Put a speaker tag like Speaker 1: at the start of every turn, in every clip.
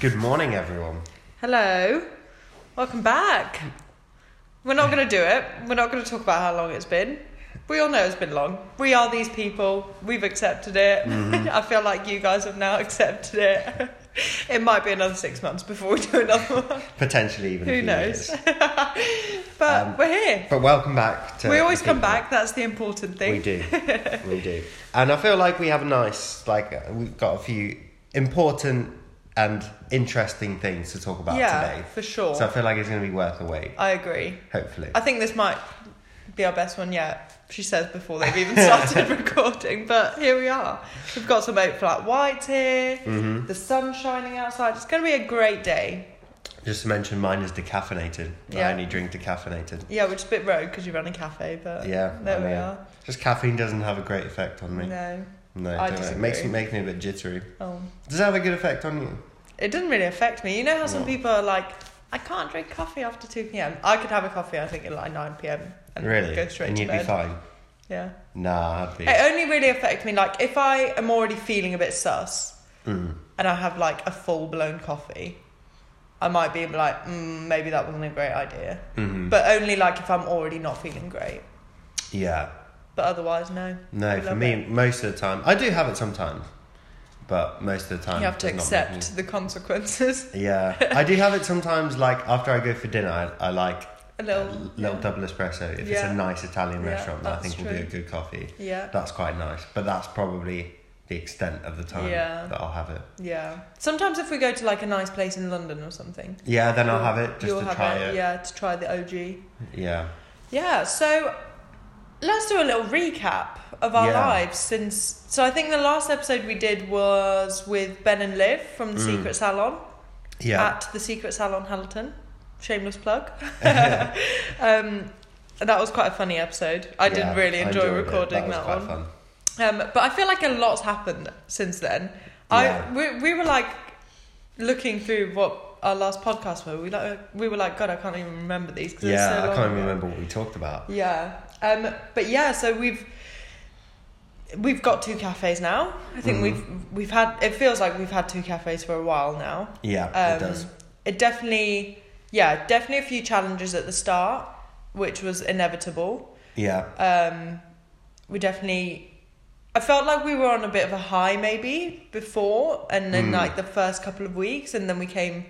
Speaker 1: Good morning, everyone.
Speaker 2: Hello. Welcome back. We're not going to do it. We're not going to talk about how long it's been. We all know it's been long. We are these people. We've accepted it.
Speaker 1: Mm-hmm.
Speaker 2: I feel like you guys have now accepted it. it might be another six months before we do another one.
Speaker 1: Potentially even a
Speaker 2: Who
Speaker 1: few
Speaker 2: knows?
Speaker 1: years.
Speaker 2: but
Speaker 1: Um,
Speaker 2: we're here.
Speaker 1: But welcome back. to
Speaker 2: We always
Speaker 1: the
Speaker 2: come
Speaker 1: people.
Speaker 2: back. That's the important thing.
Speaker 1: We do, we do, and I feel like we have a nice, like uh, we've got a few important and interesting things to talk about
Speaker 2: yeah,
Speaker 1: today.
Speaker 2: for sure.
Speaker 1: So I feel like it's going to be worth the wait.
Speaker 2: I agree.
Speaker 1: Hopefully,
Speaker 2: I think this might be our best one yet. She says before they've even started recording, but here we are. We've got some oat flat whites here.
Speaker 1: Mm-hmm.
Speaker 2: The sun's shining outside. It's going to be a great day.
Speaker 1: just to mention, mine is decaffeinated.
Speaker 2: Yeah.
Speaker 1: I only drink decaffeinated.
Speaker 2: Yeah, which is a bit rogue because you run a cafe, but
Speaker 1: Yeah,
Speaker 2: there
Speaker 1: I
Speaker 2: we
Speaker 1: know.
Speaker 2: are.
Speaker 1: Just caffeine doesn't have a great effect on me.
Speaker 2: No,
Speaker 1: No,
Speaker 2: I
Speaker 1: don't know. it makes me,
Speaker 2: disagree.
Speaker 1: makes me a bit jittery.
Speaker 2: oh,
Speaker 1: Does it have a good effect on you?
Speaker 2: it doesn't really affect me. You know how some
Speaker 1: No.
Speaker 2: people are like, I can't drink coffee after two p.m. I could have a coffee, I think, at like nine p.m. and
Speaker 1: really?
Speaker 2: go straight
Speaker 1: and
Speaker 2: to
Speaker 1: you'd
Speaker 2: bed. Eh,
Speaker 1: be fine.
Speaker 2: Yeah.
Speaker 1: Nah, I'd be.
Speaker 2: It only really affects me like if I am already feeling a bit sus,
Speaker 1: Mm.
Speaker 2: and I have like a full blown coffee, I might be like, mm, maybe that wasn't a great idea.
Speaker 1: Mhm.
Speaker 2: But only like if I'm already not feeling great.
Speaker 1: Yeah.
Speaker 2: But otherwise, no.
Speaker 1: No,
Speaker 2: I
Speaker 1: for
Speaker 2: love
Speaker 1: me,
Speaker 2: it.
Speaker 1: most of the time, I do have it sometimes, but most of the time,
Speaker 2: you have to
Speaker 1: it does not make
Speaker 2: accept the consequences.
Speaker 1: me- Yeah, I do have it sometimes. Like after I go for dinner, I, I like
Speaker 2: A
Speaker 1: a
Speaker 2: little,
Speaker 1: little
Speaker 2: yeah.
Speaker 1: double espresso. If it's
Speaker 2: Yeah.
Speaker 1: a nice Italian
Speaker 2: Yeah,
Speaker 1: restaurant, that I
Speaker 2: that's
Speaker 1: think will do a
Speaker 2: true.
Speaker 1: good coffee.
Speaker 2: Yeah,
Speaker 1: That's quite nice, but that's probably the extent of the time
Speaker 2: Yeah.
Speaker 1: that I'll have it.
Speaker 2: yeah. Sometimes if we go to like a nice place in London or something,
Speaker 1: Yeah, then I'll
Speaker 2: you'll-
Speaker 1: have it just
Speaker 2: you'll
Speaker 1: to
Speaker 2: have
Speaker 1: try it.
Speaker 2: Yeah, to try the OG.
Speaker 1: Yeah.
Speaker 2: Yeah, so let's do a little recap of our
Speaker 1: Yeah.
Speaker 2: lives since. So I think the last episode we did was with Ben and Liv from the
Speaker 1: Mm.
Speaker 2: Secret Salon
Speaker 1: Yeah.
Speaker 2: at the Secret Salon Hamilton. Shameless plug. um, that was quite a funny episode. I
Speaker 1: Yeah,
Speaker 2: did really enjoy
Speaker 1: enjoyed it.
Speaker 2: recording
Speaker 1: was
Speaker 2: that,
Speaker 1: quite
Speaker 2: one.
Speaker 1: fun.
Speaker 2: Um, but I feel like a lot's happened since then.
Speaker 1: Yeah.
Speaker 2: I we, we were like looking through what our last podcast were. We like we were like God, I can't even remember these. 'cause it's
Speaker 1: Yeah,
Speaker 2: so
Speaker 1: I
Speaker 2: long
Speaker 1: can't even
Speaker 2: ago.
Speaker 1: remember what we talked about.
Speaker 2: Yeah. Um, but yeah, so we've we've got two cafes now. I think
Speaker 1: Mhm.
Speaker 2: we've we've had it feels like we've had two cafes for a while now.
Speaker 1: Yeah,
Speaker 2: Um,
Speaker 1: it does.
Speaker 2: it definitely yeah, definitely a few challenges at the start, which was inevitable.
Speaker 1: Yeah.
Speaker 2: Um, we definitely I felt like we were on a bit of a high maybe before and then
Speaker 1: Mm.
Speaker 2: like the first couple of weeks and then we came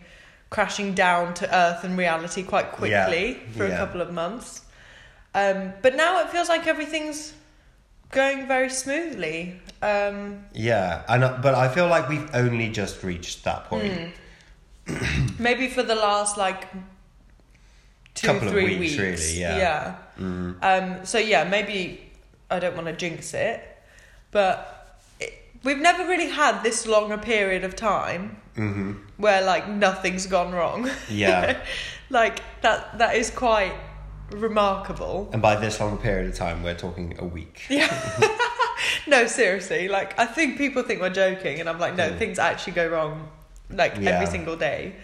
Speaker 2: crashing down to earth and reality quite quickly
Speaker 1: Yeah.
Speaker 2: for
Speaker 1: Yeah.
Speaker 2: a couple of months. Um, but now it feels like everything's going very smoothly. Um,
Speaker 1: Yeah, and I- but I feel like we've only just reached that point.
Speaker 2: Hmm. maybe for the last like two,
Speaker 1: Couple of
Speaker 2: three
Speaker 1: weeks, really, yeah.
Speaker 2: Yeah.
Speaker 1: Mm.
Speaker 2: Um, so yeah, maybe I don't want to jinx it, but it, we've never really had this long a period of time
Speaker 1: hmm
Speaker 2: where like nothing's gone wrong.
Speaker 1: Yeah,
Speaker 2: like that that is quite remarkable.
Speaker 1: and by this long period of time, we're talking a week.
Speaker 2: No, seriously, like I think people think we're joking and I'm like no,
Speaker 1: Mm.
Speaker 2: things actually go wrong like
Speaker 1: Yeah.
Speaker 2: every single day.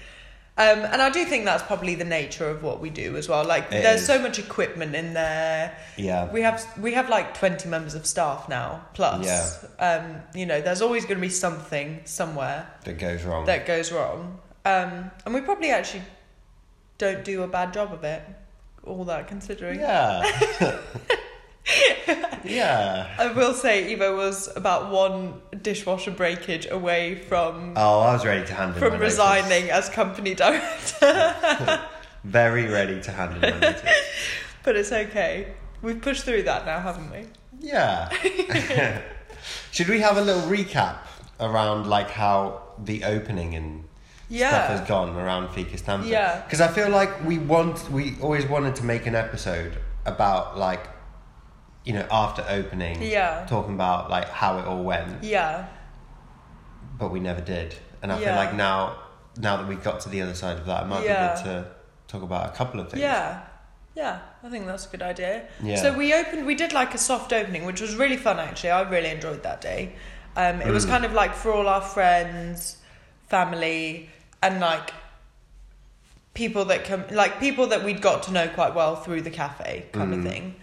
Speaker 2: Um, and I do think that's probably the nature of what we do as well. Like
Speaker 1: It
Speaker 2: there's
Speaker 1: is.
Speaker 2: so much equipment in there.
Speaker 1: Yeah,
Speaker 2: We have we have like twenty members of staff now plus. Um, you know, there's always going to be something somewhere
Speaker 1: that goes wrong.
Speaker 2: that goes wrong, um, and we probably actually don't do a bad job of it. All that considering,
Speaker 1: yeah, yeah.
Speaker 2: I will say Evo was about one dishwasher breakage away from
Speaker 1: Oh, I was ready to hand in my
Speaker 2: from
Speaker 1: notice.
Speaker 2: resigning as company director,
Speaker 1: Very ready to hand in my notice.
Speaker 2: but it's okay. We've pushed through that now, haven't we?
Speaker 1: Yeah. Should we have a little recap around like how the opening and stuff
Speaker 2: Yeah,
Speaker 1: has gone around Fika Stanford.
Speaker 2: Yeah.
Speaker 1: Because I feel like we want, we always wanted to make an episode about like, you know, after opening.
Speaker 2: Yeah.
Speaker 1: Talking about like how it all went,
Speaker 2: yeah,
Speaker 1: but we never did. And I feel
Speaker 2: Yeah.
Speaker 1: like now, now that we've got to the other side of that, it might
Speaker 2: Yeah.
Speaker 1: be good to talk about a couple of things.
Speaker 2: Yeah. Yeah, I think that's a good idea.
Speaker 1: Yeah.
Speaker 2: So we opened, we did like a soft opening, which was really fun actually. I really enjoyed that day. Um, it was
Speaker 1: Mm.
Speaker 2: kind of like for all our friends, family, and like people that come, like people that we'd got to know quite well through the cafe kind
Speaker 1: Mm.
Speaker 2: of thing.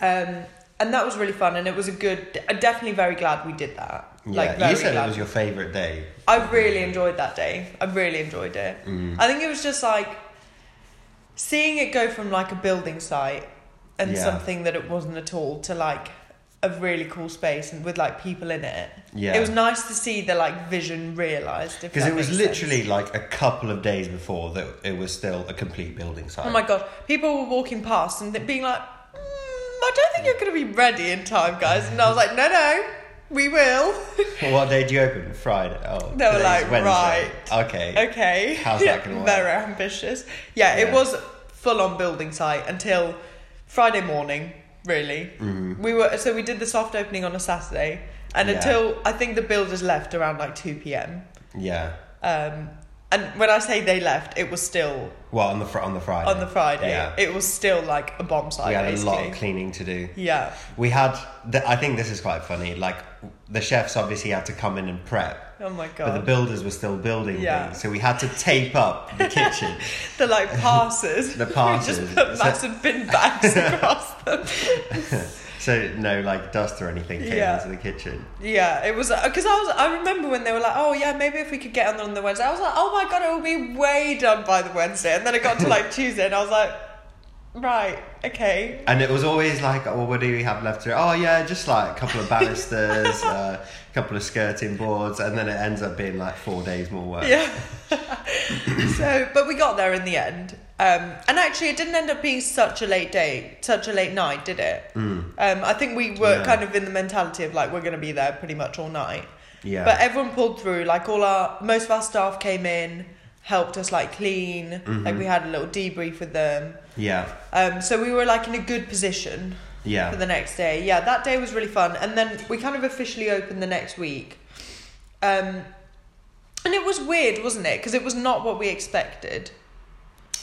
Speaker 2: Um, and that was really fun, and it was a good. I'm definitely very glad we did that. Like
Speaker 1: yeah,
Speaker 2: very
Speaker 1: you said
Speaker 2: glad.
Speaker 1: it was your favourite day.
Speaker 2: I really enjoyed that day. I really enjoyed it.
Speaker 1: Mm.
Speaker 2: I think it was just like seeing it go from like a building site and
Speaker 1: Yeah.
Speaker 2: something that it wasn't at all to like a really cool space and with like people in it.
Speaker 1: Yeah.
Speaker 2: It was nice to see the like vision realized.
Speaker 1: Because it was literally like a couple of days before that it was still a complete building site.
Speaker 2: Oh my god! People were walking past and th- being like, mm, "I don't think you're going to be ready in time, guys." And I was like, "No, no, we will."
Speaker 1: Well, what day do you open? Friday. Oh,
Speaker 2: They were
Speaker 1: today's
Speaker 2: like,
Speaker 1: Wednesday.
Speaker 2: right.
Speaker 1: Okay.
Speaker 2: okay.
Speaker 1: How's that gonna work?
Speaker 2: Very ambitious. Yeah, it
Speaker 1: Yeah.
Speaker 2: was full on building site until Friday morning. Really, we were so we did the soft opening on a Saturday,
Speaker 1: Mm-hmm.
Speaker 2: and
Speaker 1: Yeah.
Speaker 2: until I think the builders left around like two p.m.
Speaker 1: Yeah.
Speaker 2: Um, and when I say they left, it was still
Speaker 1: Well, on the fr- on the Friday.
Speaker 2: on the Friday.
Speaker 1: Yeah.
Speaker 2: It was still like a bomb site.
Speaker 1: we had a
Speaker 2: basically.
Speaker 1: lot of cleaning to do.
Speaker 2: yeah.
Speaker 1: We had. Th- I think this is quite funny. Like the chefs obviously had to come in and prep.
Speaker 2: Oh my
Speaker 1: But the
Speaker 2: god.
Speaker 1: builders were still building
Speaker 2: Yeah.
Speaker 1: things, so we had to tape up the kitchen.
Speaker 2: They're like passes.
Speaker 1: The
Speaker 2: we
Speaker 1: passes.
Speaker 2: just put
Speaker 1: So-
Speaker 2: massive bin bags across them.
Speaker 1: so no, like dust or anything came
Speaker 2: Yeah.
Speaker 1: into the kitchen.
Speaker 2: Yeah, it was because I was. I remember when they were like, "Oh yeah, maybe if we could get on on the Wednesday." I was like, "Oh my god, it will be way done by the Wednesday." And then it got to like Tuesday, and I was like, "Right, okay."
Speaker 1: And it was always like, oh, what do we have left to? Oh, yeah, just like a couple of banisters, uh, a couple of skirting boards, and then it ends up being like four days more work.
Speaker 2: Yeah. so, but we got there in the end. Um, and actually, it didn't end up being such a late day, such a late night, did it? Um, I think we were
Speaker 1: No.
Speaker 2: kind of in the mentality of like we're going to be there pretty much all night.
Speaker 1: Yeah.
Speaker 2: But everyone pulled through. Like all our, most of our staff came in, helped us like clean.
Speaker 1: Mm-hmm.
Speaker 2: Like we had a little debrief with them.
Speaker 1: yeah.
Speaker 2: Um, so we were like in a good position
Speaker 1: Yeah.
Speaker 2: for the next day. Yeah, that day was really fun. And then we kind of officially opened the next week. Um, and it was weird, wasn't it? Because it was not what we expected.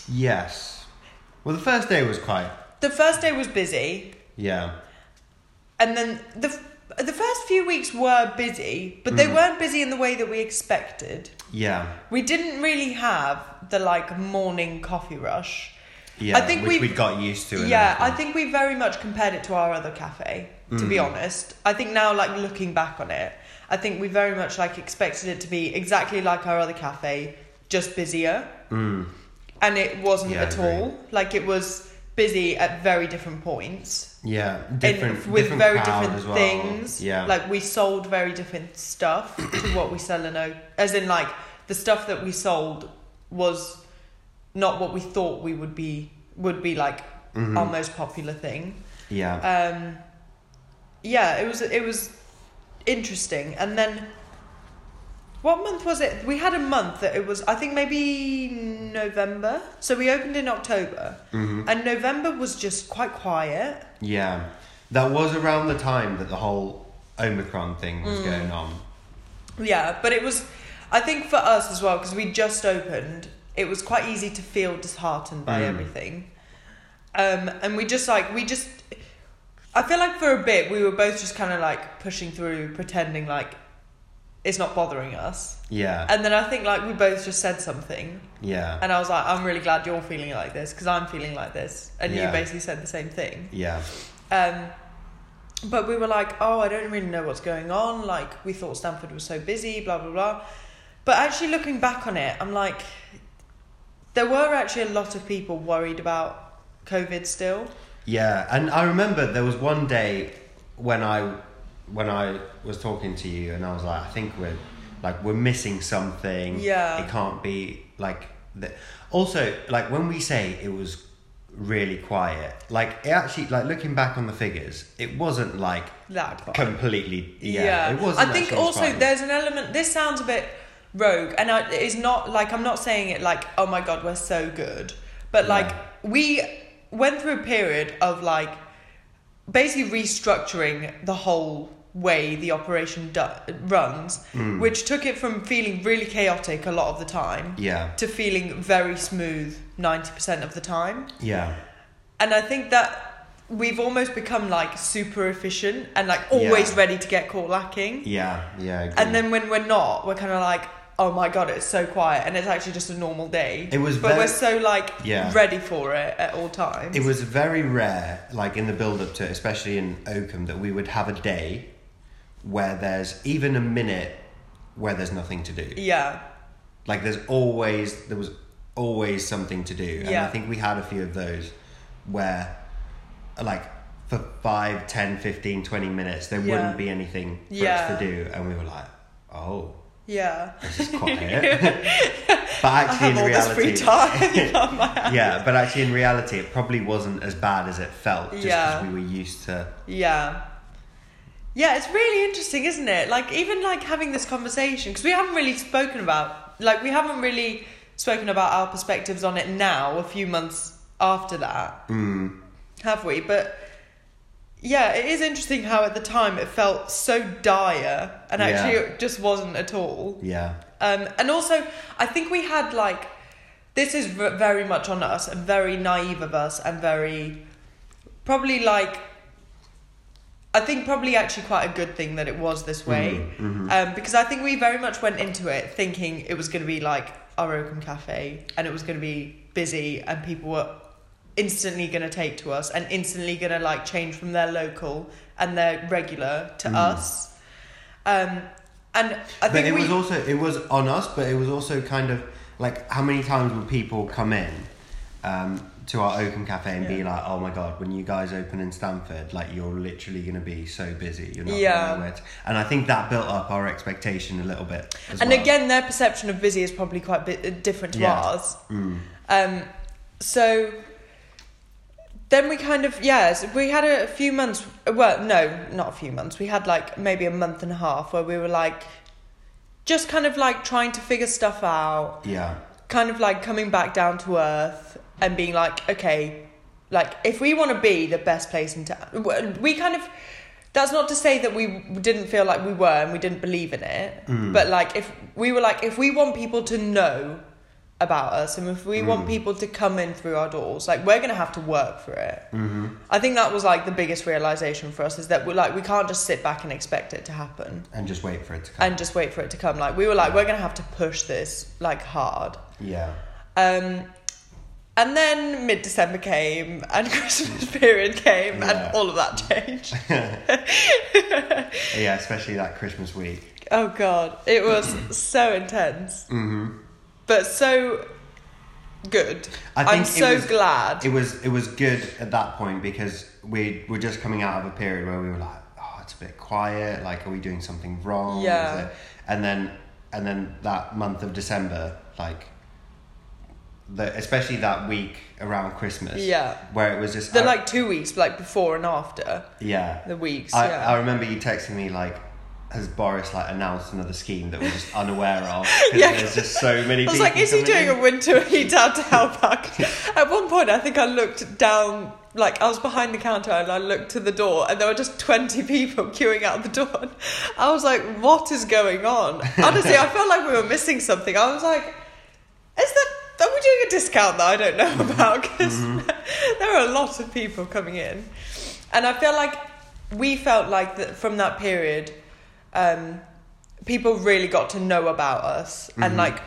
Speaker 1: yes. Well, the first day was quite.
Speaker 2: The first day was busy,
Speaker 1: Yeah.
Speaker 2: and then the f- the first few weeks were busy, but
Speaker 1: Mm.
Speaker 2: they weren't busy in the way that we expected.
Speaker 1: Yeah.
Speaker 2: We didn't really have the like morning coffee rush.
Speaker 1: Yeah.
Speaker 2: I think
Speaker 1: which
Speaker 2: we-
Speaker 1: we got used to. and
Speaker 2: Yeah, I
Speaker 1: everything.
Speaker 2: think we very much compared it to our other cafe, to be
Speaker 1: Mm.
Speaker 2: honest. I think now, like looking back on it, I think we very much like expected it to be exactly like our other cafe, just busier. And it wasn't
Speaker 1: Mm. Yeah, I
Speaker 2: at
Speaker 1: agree.
Speaker 2: all. Like it was busy at very different points.
Speaker 1: Yeah.
Speaker 2: and
Speaker 1: Different.
Speaker 2: with
Speaker 1: different
Speaker 2: very
Speaker 1: crowd
Speaker 2: different
Speaker 1: as well.
Speaker 2: things.
Speaker 1: Yeah.
Speaker 2: Like we sold very different stuff to what we sell in O as in like the stuff that we sold was not what we thought we would be would be like
Speaker 1: Mm-hmm.
Speaker 2: our most popular thing.
Speaker 1: yeah.
Speaker 2: Um, yeah, it was it was interesting. And then what month was it? We had a month that it was. I think maybe November. So we opened in October,
Speaker 1: Mm-hmm.
Speaker 2: and November was just quite quiet.
Speaker 1: Yeah. That was around the time that the whole Omicron thing was
Speaker 2: Mm.
Speaker 1: going on.
Speaker 2: Yeah, but it was. I think for us as well because we just opened. It was quite easy to feel disheartened by
Speaker 1: Mm.
Speaker 2: everything, um, and we just like we just. I feel like for a bit we were both just kind of like pushing through, pretending like it's not bothering us.
Speaker 1: Yeah.
Speaker 2: And then I think like we both just said something,
Speaker 1: yeah.
Speaker 2: and I was like, I'm really glad you're feeling like this because I'm feeling like this, and you
Speaker 1: Yeah.
Speaker 2: basically said the same thing.
Speaker 1: yeah.
Speaker 2: Um, but we were like, oh, I don't really know what's going on. Like, we thought Stanford was so busy, blah, blah, blah. But actually, looking back on it, I'm like, there were actually a lot of people worried about COVID still.
Speaker 1: Yeah, and I remember there was one day when I when I was talking to you and I was like, I think we're like we're missing something.
Speaker 2: Yeah.
Speaker 1: It can't be like that. Also, like when we say it was really quiet, like it actually like looking back on the figures, it wasn't like
Speaker 2: That part.
Speaker 1: completely yeah, it wasn't
Speaker 2: I think
Speaker 1: actually as
Speaker 2: also
Speaker 1: quiet.
Speaker 2: there's an element. This sounds a bit rogue, and I, it's not like I'm not saying it like oh my god we're so good, but like we went through a period of like basically restructuring the whole way the operation do- runs,
Speaker 1: Hmm.
Speaker 2: which took it from feeling really chaotic a lot of the time
Speaker 1: Yeah.
Speaker 2: to feeling very smooth ninety percent of the time.
Speaker 1: Yeah.
Speaker 2: And I think that we've almost become like super efficient and like always
Speaker 1: Yeah.
Speaker 2: ready to get caught lacking.
Speaker 1: Yeah. Yeah. I agree.
Speaker 2: And then when we're not, we're kind of like, oh my god, it's so quiet, and it's actually just a normal day.
Speaker 1: It was
Speaker 2: but
Speaker 1: very-
Speaker 2: we're so like
Speaker 1: Yeah.
Speaker 2: ready for it at all times.
Speaker 1: It was very rare, like in the build up to, it, especially in Oakham, that we would have a day where there's even a minute where there's nothing to do.
Speaker 2: Yeah.
Speaker 1: Like there's always there was always something to do, and
Speaker 2: Yeah.
Speaker 1: I think we had a few of those where, like, for 5, 10, 15, 20 minutes there
Speaker 2: Yeah.
Speaker 1: wouldn't be anything for
Speaker 2: Yeah.
Speaker 1: us to do, and we were like, oh,
Speaker 2: Yeah.
Speaker 1: this is quiet. but actually, in reality,
Speaker 2: time on my hands.
Speaker 1: yeah, but actually, in reality, it probably wasn't as bad as it felt just because
Speaker 2: Yeah.
Speaker 1: we were used to.
Speaker 2: Yeah. Yeah, it's really interesting, isn't it? Like, even like having this conversation, because we haven't really spoken about, like, we haven't really spoken about our perspectives on it now, a few months after that,
Speaker 1: Mm,
Speaker 2: have we? But yeah, it is interesting how at the time it felt so dire, and
Speaker 1: Yeah.
Speaker 2: actually it just wasn't at all.
Speaker 1: yeah,
Speaker 2: Um, and also, I think we had like this is v- very much on us and very naive of us and very probably like I think probably actually quite a good thing that it was this way
Speaker 1: Mm-hmm,
Speaker 2: um, because I think we very much went into it thinking it was going to be like our Oakham cafe and it was going to be busy and people were instantly going to take to us and instantly going to like change from their local and their regular to us. Um, and
Speaker 1: Mm.
Speaker 2: I
Speaker 1: but
Speaker 2: think
Speaker 1: it
Speaker 2: we,
Speaker 1: was also it was on us, but it was also kind of like how many times would people come in um, to our Oakham Cafe and be
Speaker 2: Yeah.
Speaker 1: like, "Oh my god, when you guys open in Stanford, like you're literally going to be so busy, you're not gonna
Speaker 2: Yeah.
Speaker 1: know where to-" And I think that built up our expectation a little bit. As
Speaker 2: and
Speaker 1: well.
Speaker 2: again, their perception of busy is probably quite bit uh, different to
Speaker 1: Yeah.
Speaker 2: ours.
Speaker 1: Mm.
Speaker 2: Um, so then we kind of yes, we had a few months. Well, no, not a few months. We had like maybe a month and a half where we were like just kind of like trying to figure stuff out,
Speaker 1: yeah,
Speaker 2: kind of like coming back down to earth and being like, okay, like if we want to be the best place in town, we kind of. That's not to say that we didn't feel like we were and we didn't believe in it, but like if we were like if we want people to know about us and if we want people to come in through our doors, like we're gonna have to work for it. Mm-hmm. I think that was like the biggest realization for us is that we are like we can't just sit back and expect it to happen
Speaker 1: and just wait for it to come.
Speaker 2: and just wait for it to come. Like we were like we're gonna have to push this like hard.
Speaker 1: yeah,
Speaker 2: Um, and then mid December came, and Christmas period came,
Speaker 1: Yeah.
Speaker 2: and all of that changed.
Speaker 1: yeah, especially that Christmas week.
Speaker 2: oh god, it was so intense,
Speaker 1: hmm
Speaker 2: but so good.
Speaker 1: I
Speaker 2: I am
Speaker 1: think it
Speaker 2: so
Speaker 1: was-
Speaker 2: glad.
Speaker 1: It was it was good at that point because we were just coming out of a period where we were like, oh, it's a bit quiet. Like, are we doing something wrong? Is
Speaker 2: Yeah.
Speaker 1: it-" And then and then that month of December, like, the especially that week around Christmas,
Speaker 2: Yeah.
Speaker 1: where it was just
Speaker 2: the
Speaker 1: I-
Speaker 2: like two weeks, like before and after
Speaker 1: yeah.
Speaker 2: the weeks.
Speaker 1: I,
Speaker 2: yeah.
Speaker 1: I remember you texting me like. Has Boris like announced another scheme that we're just unaware of? Because
Speaker 2: Yeah.
Speaker 1: there's just so many.
Speaker 2: I was like, is he doing a winter heat out to help out? At one point, I think I looked down, like I was behind the counter and I looked to the door and there were just 20 people queuing out the door. And I was like, what is going on? Honestly, I felt like we were missing something. I was like, is that, are we doing a discount that I don't know about? Because there are a lot of people coming in. And I feel like we felt like that from that period, um, people really got to know about us and like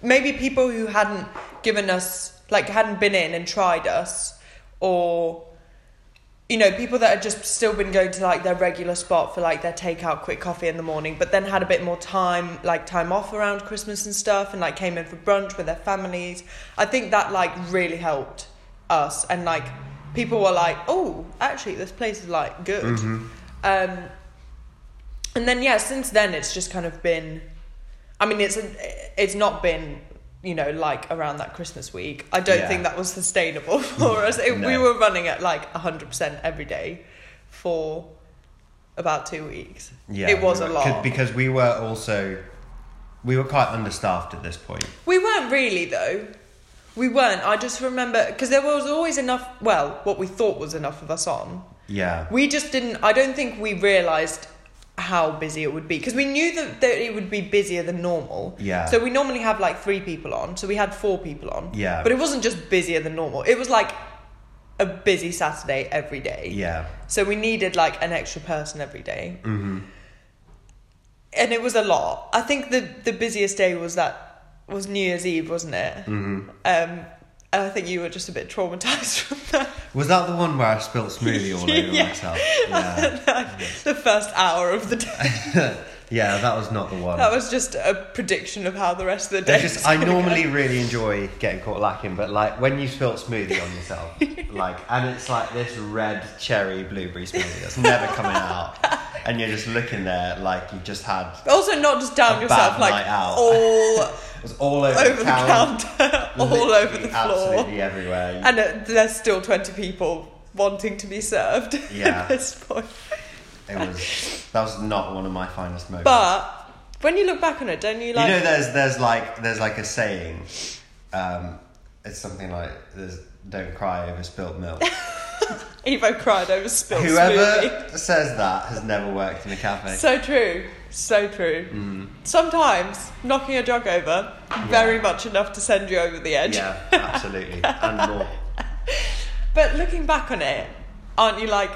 Speaker 2: maybe people who hadn't given us like hadn't been in and tried us or you know people that had just still been going to like their regular spot for like their takeout quick coffee in the morning but then had a bit more time like time off around christmas and stuff and like came in for brunch with their families i think that like really helped us and like people were like oh actually this place is like good um and then yeah since then it's just kind of been i mean it's it's not been you know like around that christmas week i don't
Speaker 1: Yeah.
Speaker 2: think that was sustainable for us It- we
Speaker 1: No.
Speaker 2: were running at like 100% every day for about two weeks
Speaker 1: Yeah,
Speaker 2: it was
Speaker 1: we
Speaker 2: a
Speaker 1: were-
Speaker 2: lot
Speaker 1: because we were also we were quite understaffed at this point.
Speaker 2: we weren't really though we weren't i just remember because there was always enough well what we thought was enough of us on
Speaker 1: Yeah,
Speaker 2: We just didn't. I don't think we realised how busy it would be because we knew that, that it would be busier than normal.
Speaker 1: Yeah.
Speaker 2: So we normally have like three people on. So we had four people on.
Speaker 1: Yeah.
Speaker 2: But it wasn't just busier than normal. It was like a busy Saturday every day.
Speaker 1: yeah,
Speaker 2: So we needed like an extra person every day.
Speaker 1: Mm-hmm.
Speaker 2: And it was a lot. I think the the busiest day was that was New Year's Eve, wasn't it? Mm-hmm. Um, And I think you were just a bit traumatized from that.
Speaker 1: Was that the one where I spilt smoothie all over
Speaker 2: Yeah.
Speaker 1: myself? Yeah.
Speaker 2: the first hour of the day.
Speaker 1: yeah, that was not the one.
Speaker 2: That was just a prediction of how the rest of the
Speaker 1: I
Speaker 2: day.
Speaker 1: just
Speaker 2: was
Speaker 1: I
Speaker 2: gonna go.
Speaker 1: normally really enjoy getting caught lacking, but like when you spilt smoothie on yourself, like and it's like this red cherry blueberry smoothie that's never coming out, and you're just looking there like you just had it
Speaker 2: Also, not just down
Speaker 1: A
Speaker 2: yourself,
Speaker 1: bad
Speaker 2: like
Speaker 1: night out.
Speaker 2: all
Speaker 1: was all over,
Speaker 2: over the
Speaker 1: the counter,
Speaker 2: counter, all
Speaker 1: literally
Speaker 2: over the floor.
Speaker 1: absolutely everywhere.
Speaker 2: And uh, there's still 20 people wanting to be served
Speaker 1: Yeah.
Speaker 2: at this point.
Speaker 1: It was that was not one of my finest moments.
Speaker 2: But when you look back on it, don't you like.
Speaker 1: you know, there's there's like there's like a saying, um, it's something like there's don't cry over spilt milk.
Speaker 2: Evo cried over spilled smoothie.
Speaker 1: Whoever says that has never worked in a cafe.
Speaker 2: So true. So true.
Speaker 1: Mm.
Speaker 2: Sometimes knocking a jug over, very much enough to send you over the edge.
Speaker 1: Yeah, absolutely, and more.
Speaker 2: But looking back on it, aren't you like,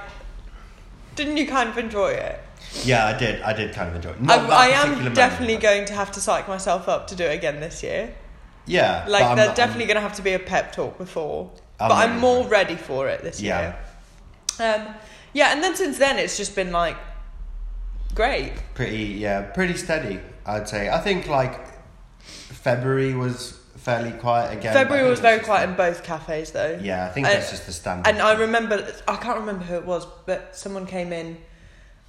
Speaker 2: didn't you kind of enjoy it? Um,
Speaker 1: Yeah, I did. I did kind of enjoy. It. Not
Speaker 2: I,
Speaker 1: that
Speaker 2: I
Speaker 1: particular
Speaker 2: am
Speaker 1: moment,
Speaker 2: definitely
Speaker 1: but-
Speaker 2: going to have to psych myself up to do it again this year.
Speaker 1: Yeah, but
Speaker 2: Like,
Speaker 1: I'm
Speaker 2: there's
Speaker 1: not-
Speaker 2: definitely going to have to be a pep talk before.
Speaker 1: I'm
Speaker 2: but
Speaker 1: ready
Speaker 2: I'm more
Speaker 1: for it.
Speaker 2: ready for it this
Speaker 1: Yeah.
Speaker 2: year. Um, yeah, and then since then, it's just been like, great.
Speaker 1: I'm pretty. Yeah, pretty steady. I'd say. I think like February was fairly quiet again. but I
Speaker 2: February
Speaker 1: think
Speaker 2: was
Speaker 1: it
Speaker 2: very
Speaker 1: just-
Speaker 2: quiet in both cafes, though.
Speaker 1: Yeah, I think
Speaker 2: And-
Speaker 1: that's just the standard.
Speaker 2: And I
Speaker 1: thing.
Speaker 2: remember, I can't remember who it was, but someone came in,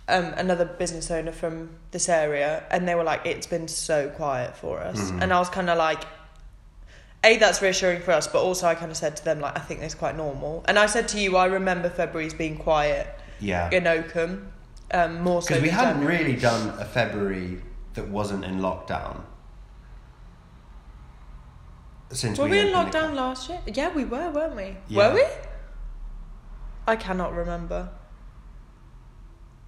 Speaker 2: um, another business owner from this area, and they were like, it's been so quiet for us.
Speaker 1: Mm.
Speaker 2: And I was kind of like, A, that's reassuring for us, but also I kind of said to them, like, I think that's quite normal. And I said to you, I remember February's being quiet
Speaker 1: Yeah,
Speaker 2: in Oakham, um, more so
Speaker 1: because we
Speaker 2: than
Speaker 1: hadn't
Speaker 2: January.
Speaker 1: really done a February that wasn't in lockdown. Since
Speaker 2: Were
Speaker 1: we
Speaker 2: we in
Speaker 1: opened it.
Speaker 2: lockdown last year? Yeah, we were, weren't we?
Speaker 1: Yeah.
Speaker 2: Were we? I cannot remember.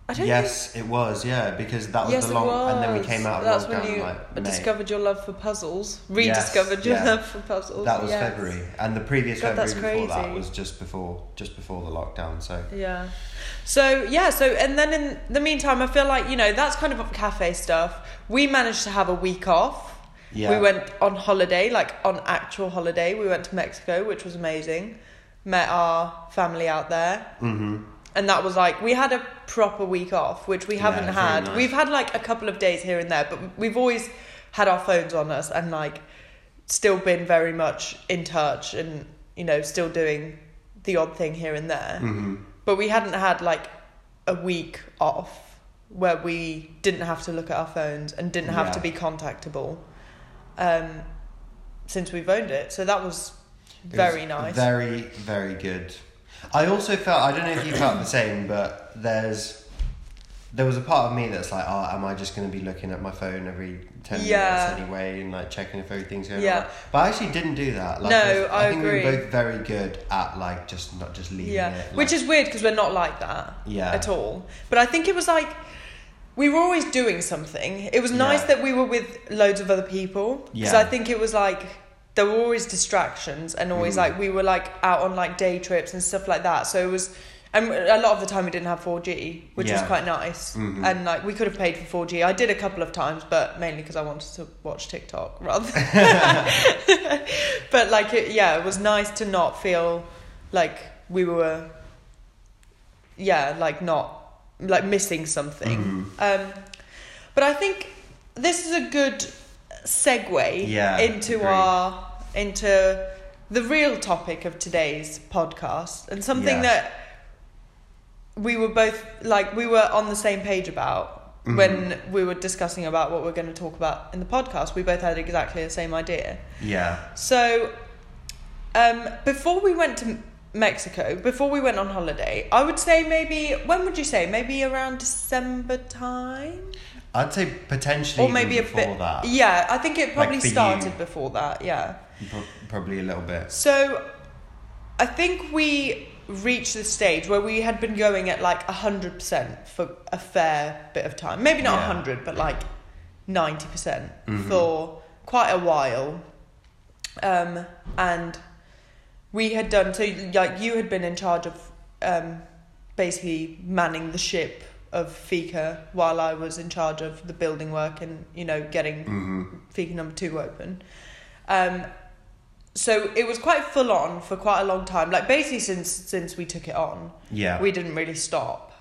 Speaker 2: I don't think
Speaker 1: Yes, it was. Yeah, because that was
Speaker 2: yes,
Speaker 1: the long,
Speaker 2: it was.
Speaker 1: and then we came out of
Speaker 2: That's
Speaker 1: lockdown
Speaker 2: when you
Speaker 1: like May.
Speaker 2: discovered your love for puzzles,
Speaker 1: Yes,
Speaker 2: rediscovered your
Speaker 1: yeah.
Speaker 2: love for puzzles.
Speaker 1: That was
Speaker 2: yes.
Speaker 1: February, and the previous
Speaker 2: God, that's
Speaker 1: February before that
Speaker 2: crazy.
Speaker 1: was just before just before the lockdown. So
Speaker 2: Yeah. So yeah, so and then in the meantime, I feel like you know that's kind of cafe stuff. We managed to have a week off.
Speaker 1: Yeah.
Speaker 2: We went on holiday, like on actual holiday. We went to Mexico, which was amazing. Met our family out there.
Speaker 1: mm-hmm.
Speaker 2: and that was like we had a proper week off which we
Speaker 1: Yeah,
Speaker 2: haven't
Speaker 1: it's very
Speaker 2: had
Speaker 1: nice.
Speaker 2: we've had like a couple of days here and there but we've always had our phones on us and like still been very much in touch and you know still doing the odd thing here and there
Speaker 1: Mm-hmm.
Speaker 2: but we hadn't had like a week off where we didn't have to look at our phones and didn't have
Speaker 1: Yeah.
Speaker 2: to be contactable um since we've owned it so that was very nice
Speaker 1: very very good. I also felt I don't know if you felt the same, but there's there was a part of me that's like, oh, am I just going to be looking at my phone every ten
Speaker 2: Yeah.
Speaker 1: minutes anyway, and like checking if everything's going
Speaker 2: Yeah.
Speaker 1: right? But I actually didn't do that. Like,
Speaker 2: No,
Speaker 1: was- I,
Speaker 2: I
Speaker 1: think we were
Speaker 2: agree.
Speaker 1: both very good at like just not just leaving
Speaker 2: Yeah,
Speaker 1: it.
Speaker 2: which is weird because we're not like that
Speaker 1: Yeah.
Speaker 2: at all. But I think it was like we were always doing something. It was nice
Speaker 1: Yeah.
Speaker 2: that we were with loads of other people because
Speaker 1: Yeah.
Speaker 2: I think it was like there were always distractions and always
Speaker 1: Mhm.
Speaker 2: like we were like out on like day trips and stuff like that. So it was. And a lot of the time we didn't have 4G, which was
Speaker 1: Yeah.
Speaker 2: quite nice.
Speaker 1: Mhm.
Speaker 2: And like we could have paid for 4G. I did a couple of times, but mainly because I wanted to watch TikTok rather. than- but like it, yeah, it was nice to not feel like we were yeah, like not like missing
Speaker 1: Mm-hmm.
Speaker 2: something. Um, but I think this is a good segue
Speaker 1: Yeah,
Speaker 2: into
Speaker 1: agreed.
Speaker 2: our into the real topic of today's podcast and
Speaker 1: Yeah.
Speaker 2: something that we were both like we were on the same page about
Speaker 1: Mhm.
Speaker 2: when we were discussing about what we're going to talk about in the podcast. We both had exactly the same idea.
Speaker 1: yeah,
Speaker 2: So, um, before we went to Mexico, before we went on holiday, I would say maybe when would you say maybe around December time,
Speaker 1: I'd say potentially
Speaker 2: or maybe
Speaker 1: even
Speaker 2: a
Speaker 1: before
Speaker 2: bit.
Speaker 1: that.
Speaker 2: Yeah, I think it probably
Speaker 1: for you.
Speaker 2: started before that. Yeah.
Speaker 1: Pro- Probably a little bit.
Speaker 2: So, I think we reached the stage where we had been going at like hundred percent for a fair bit of time. Maybe not
Speaker 1: Yeah.
Speaker 2: hundred, but like ninety percent
Speaker 1: Mhm.
Speaker 2: for quite a while. Um, and we had done so. Like you had been in charge of um, basically manning the ship of Fika, while I was in charge of the
Speaker 1: Mm-hmm.
Speaker 2: building work and you know getting
Speaker 1: hmm
Speaker 2: Fika number two open. Um, so it was quite full on for quite a long time. Like basically since since we took it on,
Speaker 1: Yeah.
Speaker 2: we didn't really stop.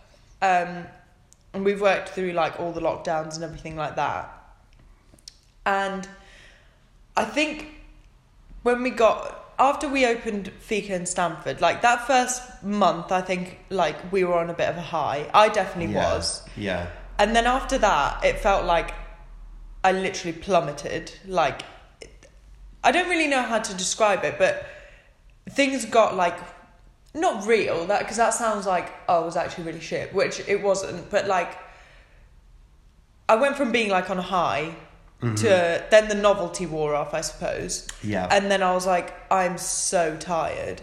Speaker 2: Um, and we've worked through like all the lockdowns and everything like that. And I think when we got after we opened Fika and Stanford, like that first month, I think like we were on a bit of a high. I definitely
Speaker 1: yeah.
Speaker 2: was.
Speaker 1: Yeah.
Speaker 2: And then after that, it felt like I literally plummeted. Like, I don't really know how to describe it, but things got like not real that because that sounds like oh, it was actually really shit, which it wasn't. But like, I went from being like on a high to then the novelty wore off, I suppose.
Speaker 1: Yeah.
Speaker 2: And then I was like, I'm so tired.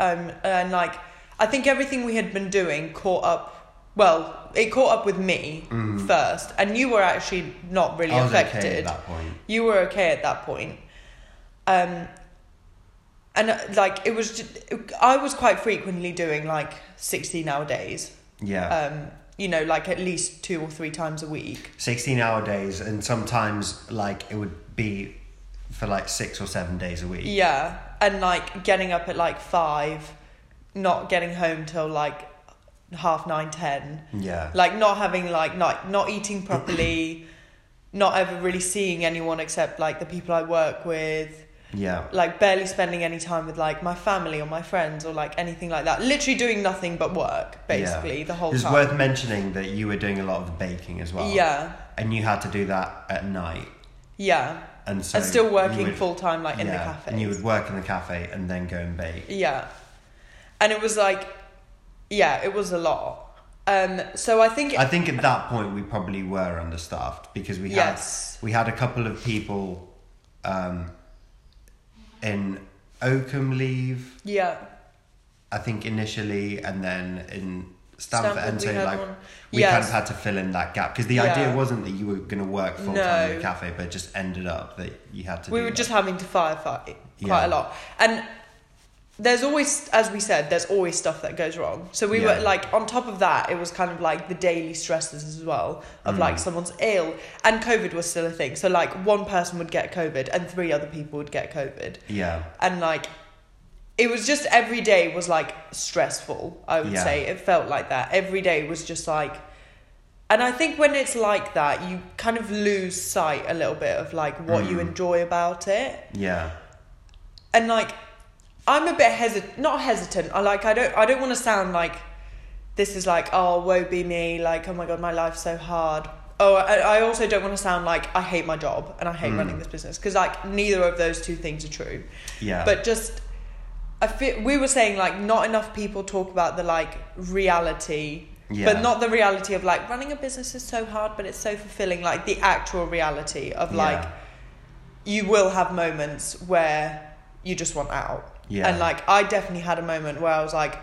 Speaker 2: Um, and like, I think everything we had been doing caught up. Well, it caught up with me first, and you were actually not really
Speaker 1: Mm. I was
Speaker 2: affected.
Speaker 1: okay at that point.
Speaker 2: You were okay at that point. Um, and uh, like it was, ju- I was quite frequently doing like sixteen-hour days.
Speaker 1: Yeah.
Speaker 2: Um, you know, like at least two or three times a week.
Speaker 1: 16 hour days, and sometimes like it would be for like six or seven days a week.
Speaker 2: Yeah, and like getting up at like five, not getting home till like half nine ten,
Speaker 1: Yeah.
Speaker 2: like not having like not not eating properly, not ever really seeing anyone except like the people I work with,
Speaker 1: Yeah.
Speaker 2: like barely spending any time with like my family or my friends or like anything like that. Literally doing nothing but work basically the whole
Speaker 1: It's
Speaker 2: time.
Speaker 1: worth mentioning that you were doing a lot of baking as well.
Speaker 2: Yeah,
Speaker 1: And you had to do that at night.
Speaker 2: yeah,
Speaker 1: And so.
Speaker 2: and still
Speaker 1: you
Speaker 2: working
Speaker 1: would-
Speaker 2: full time like in the
Speaker 1: yeah,
Speaker 2: cafe.
Speaker 1: And you would work in the cafe and then go and bake.
Speaker 2: Yeah. And it was like, yeah, it was a lot. Um, so I think,
Speaker 1: I think at that point we probably were understaffed because we had
Speaker 2: Yes.
Speaker 1: we had a couple of people um, in Oakham leave,
Speaker 2: yeah,
Speaker 1: I think initially, and then in Stanford, and so
Speaker 2: we had
Speaker 1: like
Speaker 2: one.
Speaker 1: we kind
Speaker 2: Yes.
Speaker 1: of had to fill in that gap because the
Speaker 2: Yeah.
Speaker 1: idea wasn't that you were going to work full time in
Speaker 2: No.
Speaker 1: the cafe, but it just ended up that you had to.
Speaker 2: we
Speaker 1: do
Speaker 2: were
Speaker 1: that.
Speaker 2: just having to firefight quite
Speaker 1: Yeah.
Speaker 2: a lot. And there's always, as we said, there's always stuff that goes wrong. So we
Speaker 1: Yeah.
Speaker 2: were like, on top of that, it was kind of like the daily stresses as well
Speaker 1: Mm.
Speaker 2: of like someone's ill and COVID was still a thing. So like one person would get COVID and three other people would get COVID.
Speaker 1: yeah,
Speaker 2: and like it was just every day was like stressful i would
Speaker 1: Yeah.
Speaker 2: say it felt like that every day was just like and i think when it's like that you kind of lose sight a little bit of like what you enjoy about it
Speaker 1: yeah,
Speaker 2: and like i'm a bit hesitant not hesitant i like i don't i don't want to sound like this is like oh woe be me like oh my god my life's so hard oh i, I also don't want to sound like i hate my job and i hate running this business because like neither of those two things are true
Speaker 1: yeah.
Speaker 2: but just I feel we were saying like not enough people talk about the like reality,
Speaker 1: Yeah.
Speaker 2: but not the reality of like running a business is so hard, but it's so fulfilling. Like the actual reality of like
Speaker 1: Yeah.
Speaker 2: you will have moments where you just want out,
Speaker 1: Yeah.
Speaker 2: and like I definitely had a moment where I was like,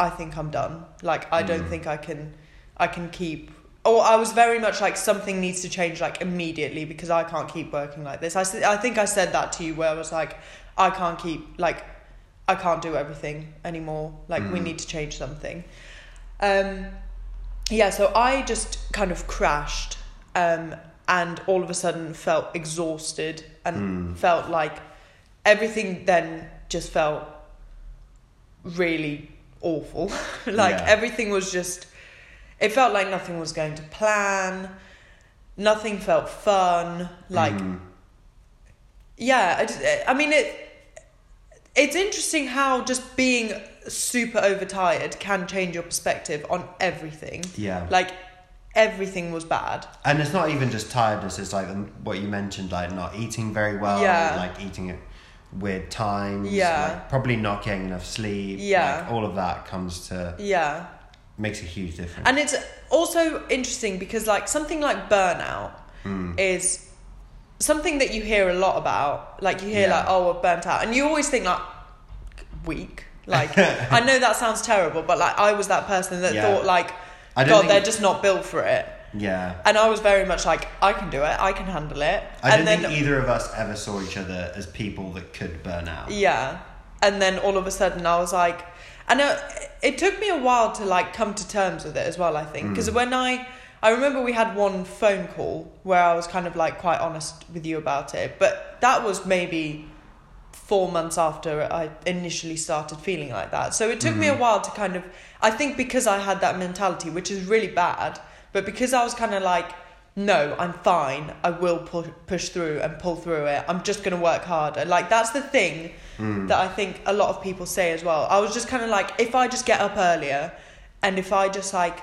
Speaker 2: I think I'm done. Like I
Speaker 1: Mm.
Speaker 2: don't think I can, I can keep. Or I was very much like something needs to change like immediately because I can't keep working like this. I s- I think I said that to you where I was like, I can't keep like, I can't do everything anymore. Like we
Speaker 1: Mm.
Speaker 2: need to change something. Um, yeah, so I just kind of crashed um, and all of a sudden felt exhausted and felt like everything then just felt really awful. like
Speaker 1: Yeah.
Speaker 2: everything was just, it felt like nothing was going to plan, nothing felt fun. Like,
Speaker 1: Mm.
Speaker 2: yeah, I, just, I mean, it. it's interesting how just being super overtired can change your perspective on everything
Speaker 1: yeah.
Speaker 2: like everything was bad
Speaker 1: and it's not even just tiredness it's like um, what you mentioned like not eating very well
Speaker 2: Yeah.
Speaker 1: like eating at weird times
Speaker 2: Yeah.
Speaker 1: like, probably not getting enough sleep
Speaker 2: Yeah.
Speaker 1: like, all of that comes to
Speaker 2: yeah
Speaker 1: makes a huge difference
Speaker 2: and it's also interesting because like something like burnout
Speaker 1: Hmm.
Speaker 2: is something that you hear a lot about like you hear
Speaker 1: Yeah.
Speaker 2: like oh we're burnt out and you always think like weak like i know that sounds terrible but like i was that person that
Speaker 1: Yeah.
Speaker 2: thought like
Speaker 1: I don't
Speaker 2: god
Speaker 1: think-
Speaker 2: they're just not built for it
Speaker 1: yeah
Speaker 2: and i was very much like i can do it i can handle it
Speaker 1: i don't
Speaker 2: and then
Speaker 1: think either of us ever saw each other as people that could burn out
Speaker 2: Yeah. And then all of a sudden I was like, and it, it took me a while to like come to terms with it as well, I think. Because when I, I remember we had one phone call where I was kind of like quite honest with you about it, but that was maybe four months after I initially started feeling like that. So it took me a while to kind of, I think because I had that mentality, which is really bad, but because I was kind of like, no, I'm fine. I will pu- push through and pull through it. I'm just going to work harder. Like, that's the thing that I think a lot of people say as well. I was just kind of like, if I just get up earlier and if I just like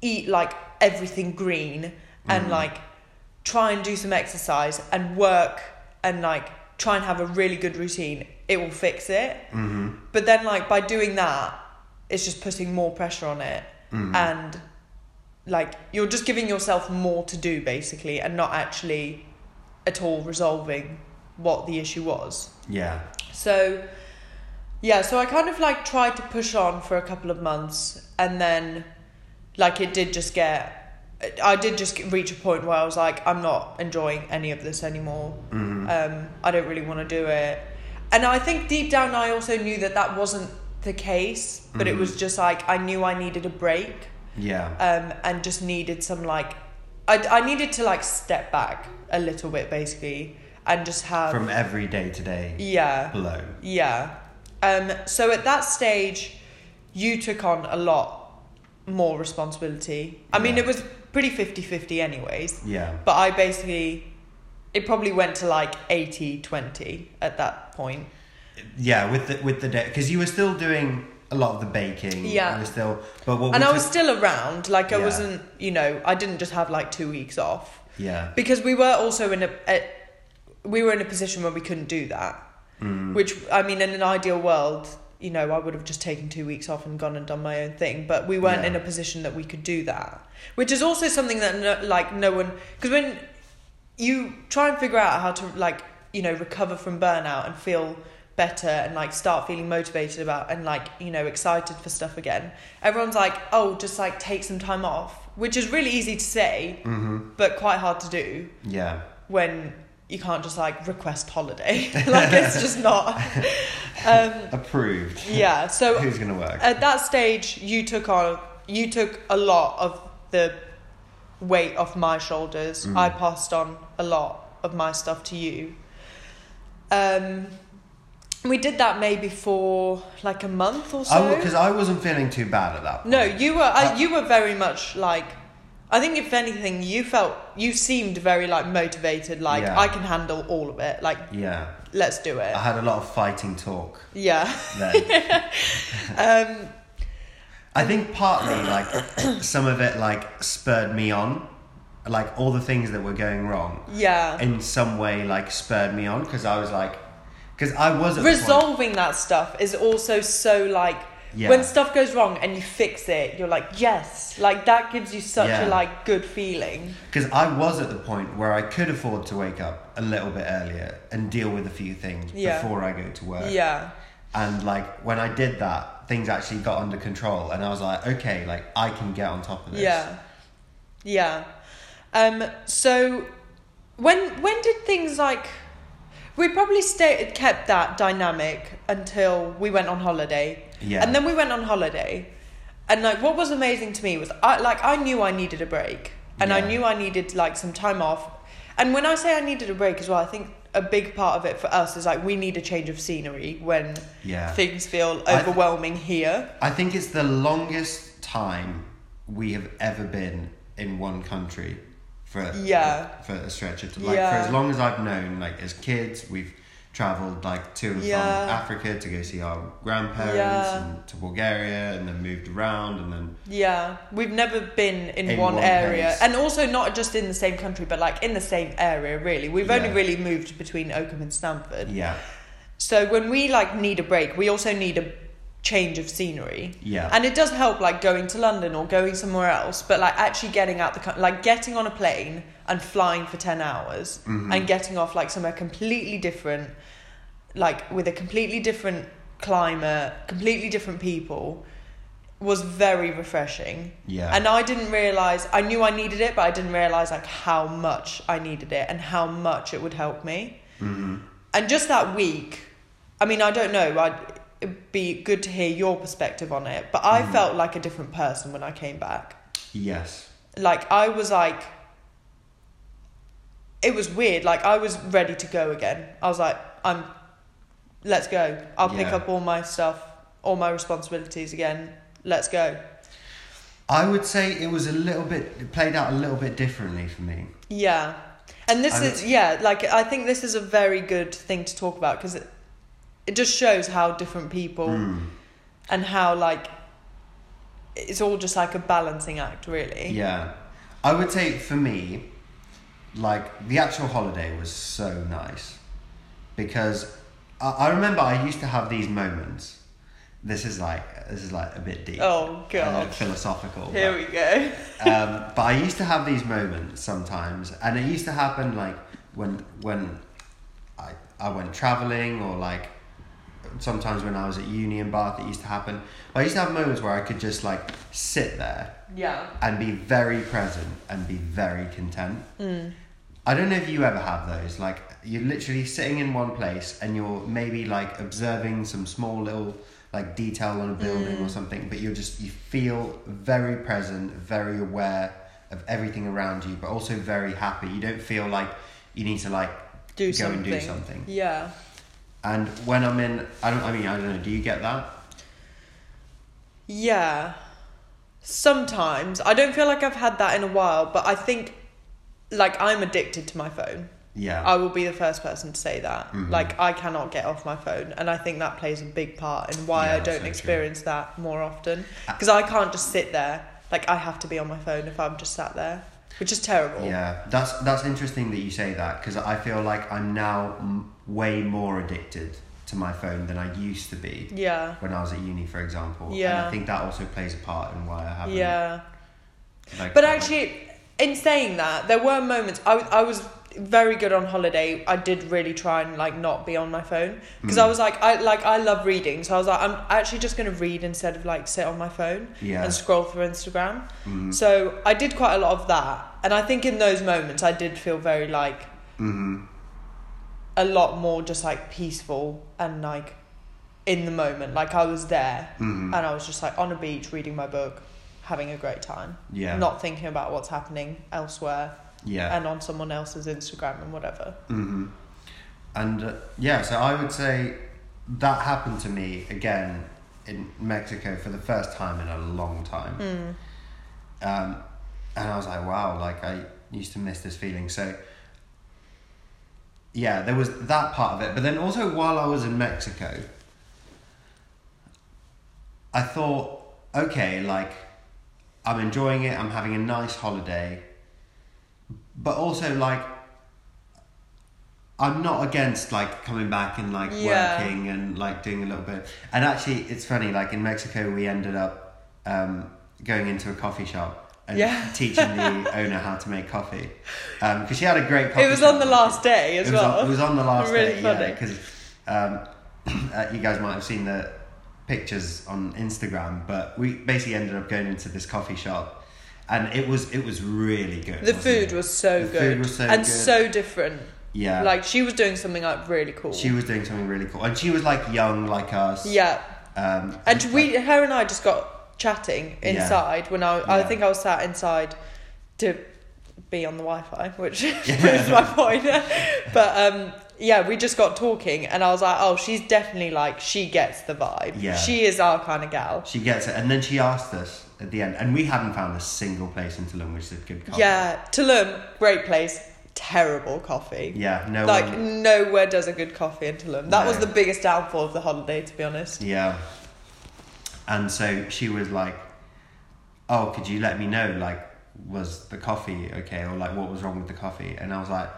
Speaker 2: eat like everything green and like try and do some exercise and work and like try and have a really good routine, it will fix it.
Speaker 1: Mm-hmm.
Speaker 2: But then, like, by doing that, it's just putting more pressure on it and like you're just giving yourself more to do basically and not actually at all resolving what the issue was.
Speaker 1: Yeah.
Speaker 2: So, yeah, so I kind of like tried to push on for a couple of months and then, like, it did just get. I did just get- reach a point where I was like, I'm not enjoying any of this anymore. Um, I don't really want to do it. And I think deep down, I also knew that that wasn't the case, but it was just like I knew I needed a break
Speaker 1: Yeah.
Speaker 2: um, and just needed some like I, I needed to like step back a little bit basically and just have
Speaker 1: From every day to day
Speaker 2: yeah
Speaker 1: blow.
Speaker 2: yeah um, so at that stage you took on a lot more responsibility i mean
Speaker 1: Yeah.
Speaker 2: it was pretty 50-50 anyways
Speaker 1: Yeah.
Speaker 2: but i basically it probably went to like 80-20 at that point
Speaker 1: Yeah, with the with the day because you were still doing a lot of the baking.
Speaker 2: Yeah.
Speaker 1: You were still but what
Speaker 2: and
Speaker 1: we
Speaker 2: i was
Speaker 1: took-
Speaker 2: still around like i
Speaker 1: Yeah.
Speaker 2: wasn't you know i didn't just have like two weeks off
Speaker 1: Yeah.
Speaker 2: because we were also in a, a we were in a position where we couldn't do that which i mean in an ideal world you know i would have just taken two weeks off and gone and done my own thing but we weren't
Speaker 1: Yeah.
Speaker 2: in a position that we could do that which is also something that no, like no one because when you try and figure out how to like you know recover from burnout and feel better and like start feeling motivated about and like you know excited for stuff again everyone's like oh just like take some time off which is really easy to say but quite hard to do
Speaker 1: Yeah.
Speaker 2: when you can't just like request holiday like it's just not um
Speaker 1: Approved.
Speaker 2: yeah so
Speaker 1: Who's gonna work?
Speaker 2: at that stage you took on you took a lot of the weight off my shoulders
Speaker 1: Mm.
Speaker 2: i passed on a lot of my stuff to you um we did that maybe for like a month or so
Speaker 1: because I wasn't feeling too bad at that. Point.
Speaker 2: no, you were I,
Speaker 1: Oh, Uh,
Speaker 2: you were very much like I think if anything you felt you seemed very like motivated like
Speaker 1: Yeah.
Speaker 2: I can handle all of it like
Speaker 1: Yeah,
Speaker 2: let's do it.
Speaker 1: I had a lot of fighting talk
Speaker 2: yeah.
Speaker 1: then.
Speaker 2: Um
Speaker 1: I think partly like some of it like spurred me on, like all the things that were going wrong
Speaker 2: yeah.
Speaker 1: in some way like spurred me on because I was like, because I was at the point-
Speaker 2: Resolving that stuff is also so like
Speaker 1: Yeah.
Speaker 2: when stuff goes wrong and you fix it you're like yes like that gives you such
Speaker 1: Yeah.
Speaker 2: a like good feeling.
Speaker 1: Because I was at the point where I could afford to wake up a little bit earlier and deal with a few things
Speaker 2: Yeah.
Speaker 1: before I go to work.
Speaker 2: Yeah.
Speaker 1: And like when I did that, things actually got under control, and I was like, okay, like I can get on top of this.
Speaker 2: Yeah. Yeah. Um, so when when did things like we probably stayed kept that dynamic until we went on holiday.
Speaker 1: Yeah.
Speaker 2: And then we went on holiday. And like what was amazing to me was I like I knew I needed a break. And I
Speaker 1: Yeah.
Speaker 2: knew I needed like some time off. And when I say I needed a break as well, I think a big part of it for us is like we need a change of scenery when
Speaker 1: Yeah.
Speaker 2: things feel
Speaker 1: I-
Speaker 2: overwhelming here.
Speaker 1: I think it's the longest time we have ever been in one country for
Speaker 2: Yeah.
Speaker 1: for a stretch of like
Speaker 2: Yeah.
Speaker 1: for as long as I've known like as kids we've traveled like to and
Speaker 2: Yeah.
Speaker 1: from Africa to go see our grandparents
Speaker 2: Yeah.
Speaker 1: and to Bulgaria and then moved around and then
Speaker 2: Yeah, we've never been in,
Speaker 1: In
Speaker 2: one,
Speaker 1: one
Speaker 2: area,
Speaker 1: place.
Speaker 2: and also not just in the same country, but like in the same area. Really, we've only
Speaker 1: Yeah.
Speaker 2: really moved between Oakham and Stamford.
Speaker 1: yeah
Speaker 2: So when we like need a break, we also need a change of scenery.
Speaker 1: Yeah.
Speaker 2: and it does help like going to London or going somewhere else, but like actually getting out the coun- like getting on a plane and flying for ten hours
Speaker 1: Mm-hmm.
Speaker 2: and getting off like somewhere completely different, like with a completely different climate, completely different people, was very refreshing.
Speaker 1: yeah
Speaker 2: And I didn't realize I knew I needed it, but I didn't realize like how much I needed it and how much it would help me. And just that week, I mean, I don't know. I'd, it'd be good to hear your perspective on it, but I felt like a different person when I came back
Speaker 1: yes
Speaker 2: like I was like it was weird like I was ready to go again I was like I'm, let's go. I'll pick
Speaker 1: Yeah.
Speaker 2: up all my stuff, all my responsibilities again. Let's go.
Speaker 1: I would say it was a little bit it played out a little bit differently for me.
Speaker 2: Yeah. And this
Speaker 1: I
Speaker 2: is, yeah, like, I think this is a very good thing to talk about because it, it just shows how different people
Speaker 1: Mm.
Speaker 2: and how, like, it's all just like a balancing act, really.
Speaker 1: Yeah, I would say for me, like the actual holiday was so nice because I, I remember I used to have these moments. This is like this is like a bit deep.
Speaker 2: Oh,
Speaker 1: and a bit
Speaker 2: God.
Speaker 1: philosophical.
Speaker 2: Here we go.
Speaker 1: but, um, but I used to have these moments sometimes, and it used to happen like when when I I went traveling or like sometimes when I was at uni in Bath, it used to happen. But I used to have moments where I could just like sit there
Speaker 2: Yeah.
Speaker 1: and be very present and be very content. I don't know if you ever have those. Like you're literally sitting in one place and you're maybe like observing some small little like detail on a building or something, but you're just you feel very present, very aware of everything around you, but also very happy. You don't feel like you need to like
Speaker 2: Do
Speaker 1: go
Speaker 2: something.
Speaker 1: and do something.
Speaker 2: Yeah.
Speaker 1: And when I'm in, I don't. I mean, I don't know. Do you get that?
Speaker 2: Yeah. Sometimes. I don't feel like I've had that in a while, but I think, like, I'm addicted to my phone.
Speaker 1: Yeah.
Speaker 2: I will be the first person to say that.
Speaker 1: Mm-hmm.
Speaker 2: Like, I cannot get off my phone. And I think that plays a big part in why
Speaker 1: Yeah,
Speaker 2: I
Speaker 1: so
Speaker 2: don't
Speaker 1: true. Uh,
Speaker 2: experience that more often. Because I can't just sit there. Like, I have to be on my phone if I'm just sat there, which is terrible.
Speaker 1: Yeah, that's that's interesting that you say that because I feel like I'm now m- way more addicted to my phone than I used to be
Speaker 2: Yeah.
Speaker 1: when I was at uni, for example. and I
Speaker 2: Yeah.
Speaker 1: think that also plays a part in why I haven't.
Speaker 2: Yeah.
Speaker 1: like,
Speaker 2: But
Speaker 1: got-
Speaker 2: actually, in saying that, there were moments I, was- I was very good on holiday. I did really try and like not be on my phone because I was like I like I love reading, so I was like I'm actually just going to read instead of like sit on my phone
Speaker 1: Yeah. Mm-hmm. Hmm.
Speaker 2: and scroll through Instagram. So I did quite a lot of that, and I think in those moments I did feel very like
Speaker 1: Mm-hmm.
Speaker 2: a lot more just like peaceful and like in the moment. Like I was there
Speaker 1: Mm-hmm. Hmm.
Speaker 2: and I was just like on a beach reading my book, having a great time.
Speaker 1: Yeah.
Speaker 2: Not thinking about what's happening elsewhere
Speaker 1: yeah,
Speaker 2: and on someone else's Instagram and whatever.
Speaker 1: hmm and uh, yeah, so I would say that happened to me again in Mexico for the first time in a long time. Um, and I was like, wow, like I used to miss this feeling. So, yeah, there was that part of it. But then also while I was in Mexico, I thought, okay, like I'm enjoying it, I'm having a nice holiday, but also like I'm not against like coming back and like
Speaker 2: Yeah.
Speaker 1: working and like doing a little bit. And actually, it's funny, like in Mexico, we ended up um, going into a coffee shop and
Speaker 2: Yeah.
Speaker 1: teaching the owner how to make coffee because she had a great coffee
Speaker 2: it was
Speaker 1: shop.
Speaker 2: on the last day as
Speaker 1: it was
Speaker 2: well.
Speaker 1: On, it was on the last day,
Speaker 2: Really funny.
Speaker 1: because um, uh, you guys might have seen the pictures on Instagram, but we basically ended up going into this coffee shop, and it was it was really good.
Speaker 2: the
Speaker 1: wasn't it?
Speaker 2: food was so
Speaker 1: The food
Speaker 2: good
Speaker 1: was so
Speaker 2: and
Speaker 1: good.
Speaker 2: so different.
Speaker 1: yeah.
Speaker 2: Like she was doing something like really cool.
Speaker 1: she was doing something really cool, and she was like young, like us.
Speaker 2: yeah.
Speaker 1: Um,
Speaker 2: And we, her and I just got chatting
Speaker 1: Yeah.
Speaker 2: inside when I, I
Speaker 1: Yeah.
Speaker 2: think I was sat inside to be on the Wi-Fi, which proves my point. but um, yeah, we just got talking, and I was like, oh, she's definitely like she gets the vibe.
Speaker 1: Yeah.
Speaker 2: she is our kind of gal.
Speaker 1: she gets it, and then she asked us at the end, and we hadn't found a single place in Tulum which did good coffee.
Speaker 2: Yeah, Tulum, great place, terrible coffee.
Speaker 1: Yeah. No.
Speaker 2: Like
Speaker 1: one,
Speaker 2: nowhere does a good coffee in Tulum. That was
Speaker 1: No.
Speaker 2: the biggest downfall of the holiday, to be honest.
Speaker 1: Yeah. And so she was like, "Oh, could you let me know like was the coffee okay or like what was wrong with the coffee?" And I was like,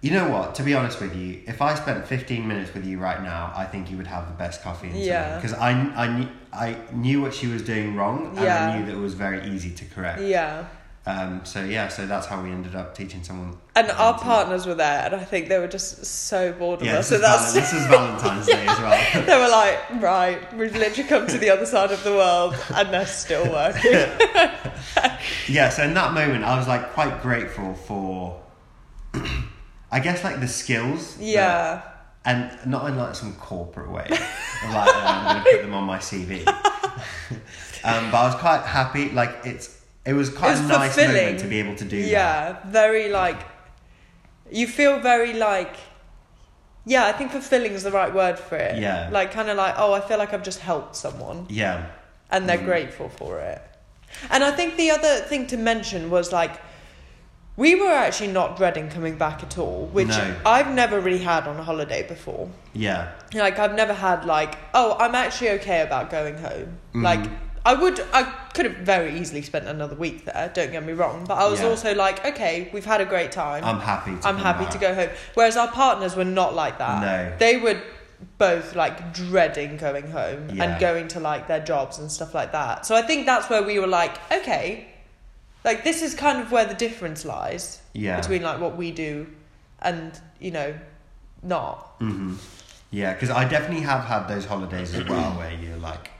Speaker 1: "You know what? To be honest with you, if I spent 15 minutes with you right now, I think you would have the best coffee in
Speaker 2: Yeah.
Speaker 1: because I I knew I knew what she was doing wrong and
Speaker 2: Yeah.
Speaker 1: I knew that it was very easy to correct.
Speaker 2: Yeah.
Speaker 1: Um so yeah, so that's how we ended up teaching someone
Speaker 2: And
Speaker 1: how
Speaker 2: our
Speaker 1: to-
Speaker 2: partners were there, and I think they were just so bored of
Speaker 1: yeah, this
Speaker 2: us. So
Speaker 1: is,
Speaker 2: that's
Speaker 1: Val- this is Valentine's Day as well.
Speaker 2: they were like, right, we've literally come to the other side of the world, and they're still working.
Speaker 1: yeah, so in that moment, I was like quite grateful for, I guess, like the skills. that-
Speaker 2: Yeah,
Speaker 1: and not in like some corporate way, of, like oh, I'm going to put them on my CV. um, but I was quite happy. Like it's, it was quite
Speaker 2: It was
Speaker 1: a nice
Speaker 2: fulfilling.
Speaker 1: moment to be able to do that.
Speaker 2: yeah, very like you feel very like Yeah, I think fulfilling is the right word for it.
Speaker 1: Yeah.
Speaker 2: Like, kind of like, oh, I feel like I've just helped someone
Speaker 1: Yeah.
Speaker 2: and
Speaker 1: Mm.
Speaker 2: they're grateful for it. And I think the other thing to mention was like, we were actually not dreading coming back at all, which
Speaker 1: No.
Speaker 2: I've never really had on a holiday before.
Speaker 1: Yeah.
Speaker 2: Like, I've never had, like, oh, I'm actually okay about going home.
Speaker 1: Mm-hmm.
Speaker 2: Like, I would, I could have very easily spent another week there, don't get me wrong, but I was
Speaker 1: Yeah.
Speaker 2: also like, okay, we've had a great time.
Speaker 1: I'm happy to
Speaker 2: I'm
Speaker 1: come
Speaker 2: happy
Speaker 1: back.
Speaker 2: to go home. Whereas our partners were not like that.
Speaker 1: No.
Speaker 2: They were both like dreading going home
Speaker 1: Yeah.
Speaker 2: and going to like their jobs and stuff like that. So I think that's where we were like, okay, like this is kind of where the difference lies
Speaker 1: Yeah.
Speaker 2: between like what we do and, you know, not.
Speaker 1: hmm Yeah, because I definitely have had those holidays as well where you're like,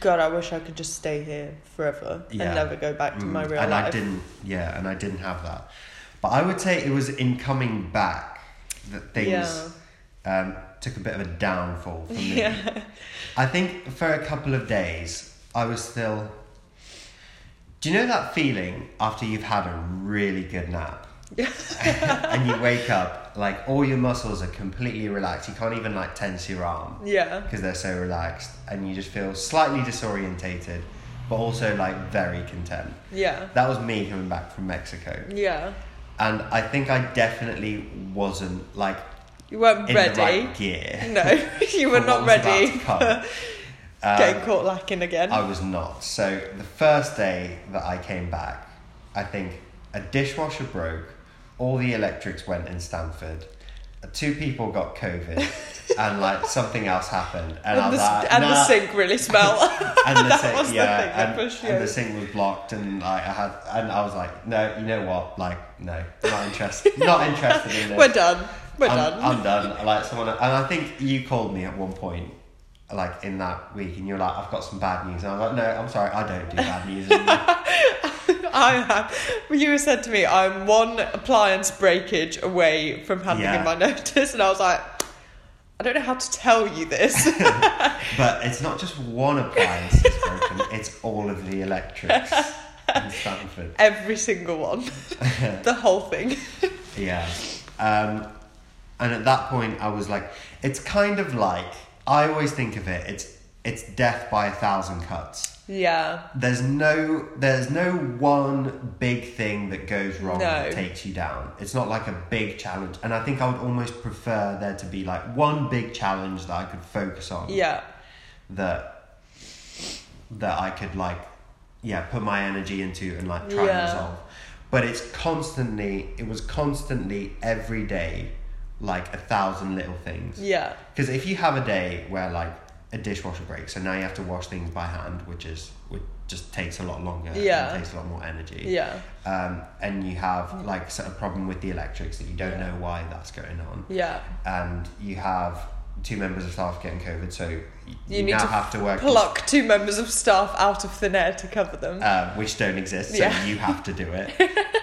Speaker 2: God, I wish I could just stay here forever
Speaker 1: Yeah.
Speaker 2: and never go back to
Speaker 1: mm,
Speaker 2: my real
Speaker 1: and
Speaker 2: life.
Speaker 1: I didn't, yeah, and I didn't have that. But I would say it was in coming back that things um, took a bit of a downfall for me.
Speaker 2: Yeah.
Speaker 1: I think for a couple of days, I was still. Do you know that feeling after you've had a really good nap? and you wake up, like all your muscles are completely relaxed. You can't even like tense your arm.
Speaker 2: yeah.
Speaker 1: because they're so relaxed and you just feel slightly disorientated but also like very content
Speaker 2: Yeah.
Speaker 1: that was me coming back from mexico
Speaker 2: Yeah.
Speaker 1: and i think i definitely wasn't like
Speaker 2: You weren't
Speaker 1: in
Speaker 2: ready.
Speaker 1: the right gear
Speaker 2: No, you were
Speaker 1: for what
Speaker 2: not
Speaker 1: was about
Speaker 2: ready.
Speaker 1: to come. Um,
Speaker 2: Getting caught lacking again.
Speaker 1: i was not so the first day that i came back i think a dishwasher broke all the electrics went in stanford two people got covid and like something else happened and, I
Speaker 2: and
Speaker 1: was
Speaker 2: the,
Speaker 1: like,
Speaker 2: and the
Speaker 1: "Nah,
Speaker 2: sink really smelled.
Speaker 1: and the
Speaker 2: That
Speaker 1: sink,
Speaker 2: was the thing
Speaker 1: yeah,
Speaker 2: that
Speaker 1: and,
Speaker 2: pushed
Speaker 1: and
Speaker 2: you.
Speaker 1: the sink was blocked, and like I had, and I was like, no, you know what, like, no, not interested, not interested in this.
Speaker 2: We're done. We're
Speaker 1: I'm,
Speaker 2: done.
Speaker 1: I'm done. Like someone, and I think you called me at one point, like in that week, and you're like, I've got some bad news, and I was like, no, I'm sorry, I don't do bad news. anymore."
Speaker 2: I am. You said to me, I'm one appliance breakage away from handing
Speaker 1: Yeah.
Speaker 2: in my notice, and I was like, I don't know how to tell you this.
Speaker 1: but it's not just one appliance that's broken; it's all of the electrics in Stanford.
Speaker 2: Every single one, the whole thing.
Speaker 1: Yeah. Um, and at that point, I was like, it's kind of like I always think of it. It's it's death by a thousand cuts.
Speaker 2: Yeah,
Speaker 1: There's no there's no one big thing that goes wrong that
Speaker 2: No.
Speaker 1: takes you down. It's not like a big challenge. And I think I would almost prefer there to be like one big challenge that I could focus on.
Speaker 2: yeah,
Speaker 1: That that I could like yeah, put my energy into and like try
Speaker 2: Yeah.
Speaker 1: and resolve. But it's constantly it was constantly every day like a thousand little things.
Speaker 2: yeah,
Speaker 1: Because if you have a day where like a dishwasher breaks, so now you have to wash things by hand, which is which just takes a lot longer. and
Speaker 2: Yeah.
Speaker 1: takes a lot more energy.
Speaker 2: yeah, Mm.
Speaker 1: Um, and you have like sort of problem with the electrics that you don't know why that's going on,
Speaker 2: yeah.
Speaker 1: and you have two members of staff getting COVID, so you,
Speaker 2: You need
Speaker 1: now
Speaker 2: to
Speaker 1: have to work,
Speaker 2: Pluck two members of staff out of thin air to cover them.
Speaker 1: um, which don't exist, so
Speaker 2: Yeah.
Speaker 1: you have to do it.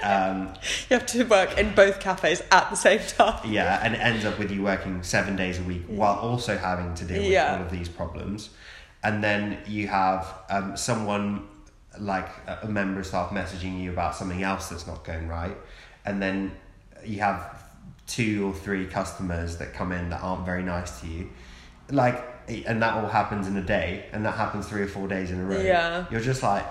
Speaker 1: Um,
Speaker 2: You have to work in both cafes at the same time.
Speaker 1: yeah, and it ends up with you working seven days a week while also having to deal with
Speaker 2: Yeah.
Speaker 1: all of these problems. And then you have um, someone like a a member of staff messaging you about something else that's not going right. And then you have two or three customers that come in that aren't very nice to you. Like, and that all happens in a day, and that happens three or four days in a row.
Speaker 2: Yeah.
Speaker 1: You're just like,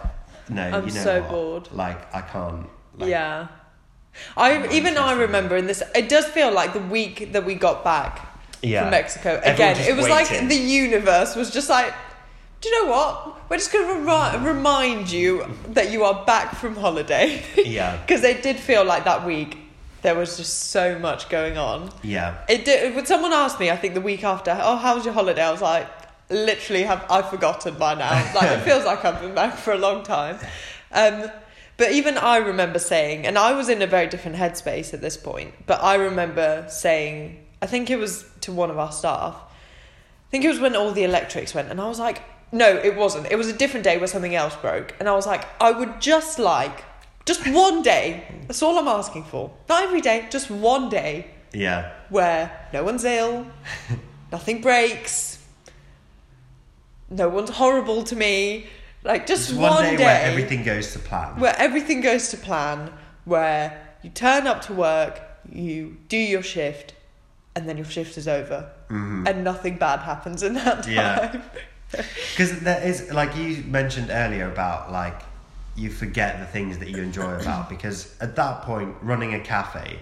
Speaker 1: no,
Speaker 2: I'm
Speaker 1: you know
Speaker 2: so
Speaker 1: what?
Speaker 2: bored.
Speaker 1: Like, I can't. Like,
Speaker 2: yeah. I
Speaker 1: not
Speaker 2: even I
Speaker 1: interested in
Speaker 2: remember in this it does feel like the week that we got back
Speaker 1: Yeah.
Speaker 2: from Mexico
Speaker 1: Everyone
Speaker 2: again
Speaker 1: just
Speaker 2: it was
Speaker 1: waiting.
Speaker 2: like the universe was just like do you know what we're just going to remi- remind you that you are back from holiday
Speaker 1: Yeah.
Speaker 2: because it did feel like that week there was just so much going on
Speaker 1: Yeah.
Speaker 2: it did, when someone asked me I think the week after oh how was your holiday I was like literally have I've forgotten by now like it feels like I've been back for a long time um but even I remember saying and I was in a very different headspace at this point but I remember saying I think it was to one of our staff I think it was when all the electrics went and I was like no it wasn't it was a different day where something else broke and I was like I would just like just one day that's all I'm asking for not every day just one day
Speaker 1: Yeah.
Speaker 2: where no one's ill, nothing breaks, no one's horrible to me. Like just,
Speaker 1: Just
Speaker 2: one, day,
Speaker 1: where everything goes to plan.
Speaker 2: where everything goes to plan, where you turn up to work, you do your shift, and then your shift is over and nothing bad happens in that time.
Speaker 1: Mm-hmm. Yeah. Because there is, like you mentioned earlier about like you forget the things that you enjoy about because at that point running a cafe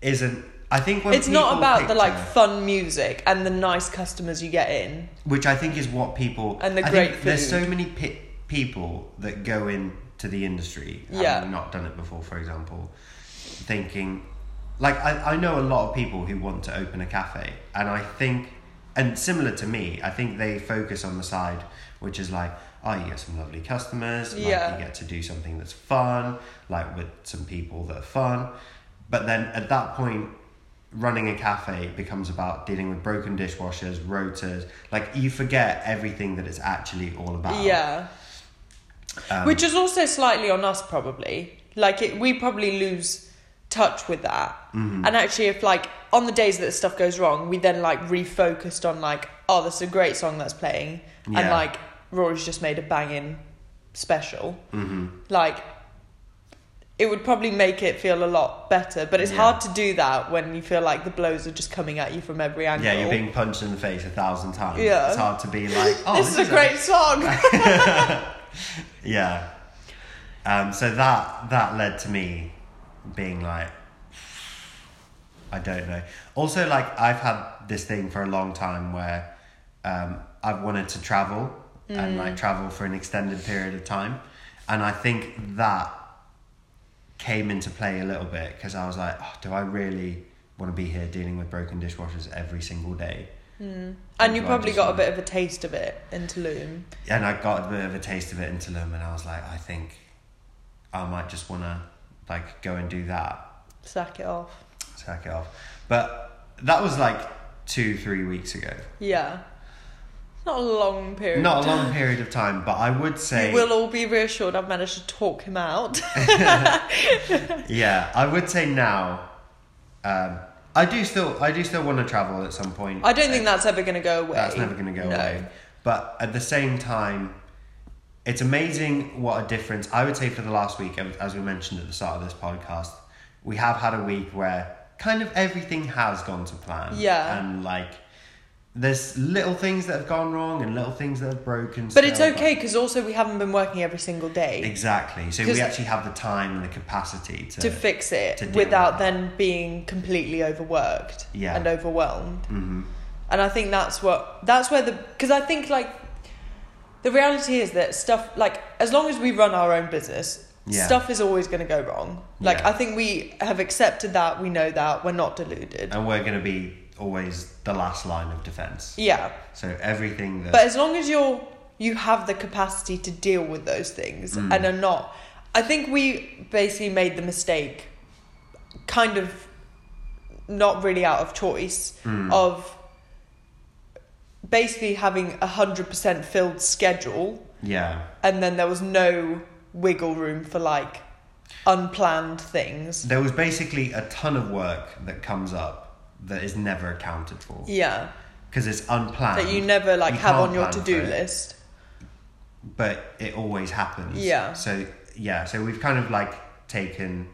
Speaker 1: isn't. I think when
Speaker 2: it's not
Speaker 1: people
Speaker 2: about the like
Speaker 1: picture-
Speaker 2: fun music and the nice customers you get in.
Speaker 1: which I think is what people
Speaker 2: And the
Speaker 1: I
Speaker 2: great
Speaker 1: think There's so
Speaker 2: food.
Speaker 1: many pi- people that go into the industry
Speaker 2: Yeah.
Speaker 1: having not done it before, for example, thinking like I, I know a lot of people who want to open a cafe, and I think and similar to me, I think they focus on the side which is like. Oh, you get some lovely customers. Like
Speaker 2: Yeah.
Speaker 1: You get to do something that's fun, like with some people that are fun. But then at that point, running a cafe becomes about dealing with broken dishwashers, rotors. Like you forget everything that it's actually all about.
Speaker 2: Yeah.
Speaker 1: Um,
Speaker 2: Which is also slightly on us, probably. Like, it, we probably lose touch with that. And actually, if, like, on the days that stuff goes wrong, we then, like, refocused on, like, oh, this is a great song that's playing. And,
Speaker 1: Yeah.
Speaker 2: like, Rory's just made a banging special. Mm-hmm. Like, it would probably make it feel a lot better. But it's
Speaker 1: Yeah.
Speaker 2: hard to do that when you feel like the blows are just coming at you from every angle.
Speaker 1: Yeah, you're being punched in the face a thousand times.
Speaker 2: Yeah.
Speaker 1: It's hard to be like, oh,
Speaker 2: this, is a great song.
Speaker 1: Yeah. Um, so that that led to me being like, I don't know. Also, like I've had this thing for a long time where um, I've wanted to travel and like travel for an extended period of time, and I think that came into play a little bit because I was like, oh, do I really want to be here dealing with broken dishwashers every single day?
Speaker 2: and you
Speaker 1: I
Speaker 2: probably
Speaker 1: just
Speaker 2: got a
Speaker 1: wanna-
Speaker 2: bit of a taste of it in Tulum.
Speaker 1: and I got a bit of a taste of it in Tulum, and I was like, I think I might just want to like go and do that,
Speaker 2: Sack it off.
Speaker 1: sack it off. But that was like two, three weeks ago.
Speaker 2: Yeah. Not a long period.
Speaker 1: Not a long period of time, but I would say,
Speaker 2: We'll all be reassured I've managed to talk him out.
Speaker 1: yeah, I would say now. Um, I do still, I do still want to travel at some point.
Speaker 2: I don't think that's ever going to go away.
Speaker 1: That's never going to go
Speaker 2: No.
Speaker 1: away. But at the same time, it's amazing what a difference. I would say for the last week, as as we mentioned at the start of this podcast, we have had a week where kind of everything has gone to plan.
Speaker 2: Yeah.
Speaker 1: And like, there's little things that have gone wrong and little things that have broken.
Speaker 2: But it's
Speaker 1: still,
Speaker 2: okay because also we haven't been working every single day
Speaker 1: Exactly. So
Speaker 2: 'Cause-
Speaker 1: we actually have the time and the capacity to.
Speaker 2: to fix it
Speaker 1: to deal with
Speaker 2: without
Speaker 1: that.
Speaker 2: then being completely overworked
Speaker 1: Yeah. Mm-hmm.
Speaker 2: and overwhelmed. And I think that's what that's where the because I think like the reality is that stuff like as long as we run our own business,
Speaker 1: Yeah.
Speaker 2: stuff is always going to go wrong. Like
Speaker 1: Yeah.
Speaker 2: I think we have accepted that, we know that, we're not deluded.
Speaker 1: and we're going to be always the last line of defense.
Speaker 2: Yeah.
Speaker 1: So everything that.
Speaker 2: But as long as you're you have the capacity to deal with those things
Speaker 1: Mm.
Speaker 2: and are not I think we basically made the mistake kind of not really out of choice
Speaker 1: Mm.
Speaker 2: of basically having a hundred percent filled schedule
Speaker 1: yeah.
Speaker 2: and then there was no wiggle room for like unplanned things.
Speaker 1: There was basically a ton of work that comes up that is never accounted for
Speaker 2: Yeah.
Speaker 1: because it's unplanned.
Speaker 2: That you never like
Speaker 1: You
Speaker 2: have
Speaker 1: can't
Speaker 2: on your
Speaker 1: plan
Speaker 2: to do
Speaker 1: for it.
Speaker 2: list.
Speaker 1: but it always happens.
Speaker 2: Yeah.
Speaker 1: So yeah, so we've kind of like taken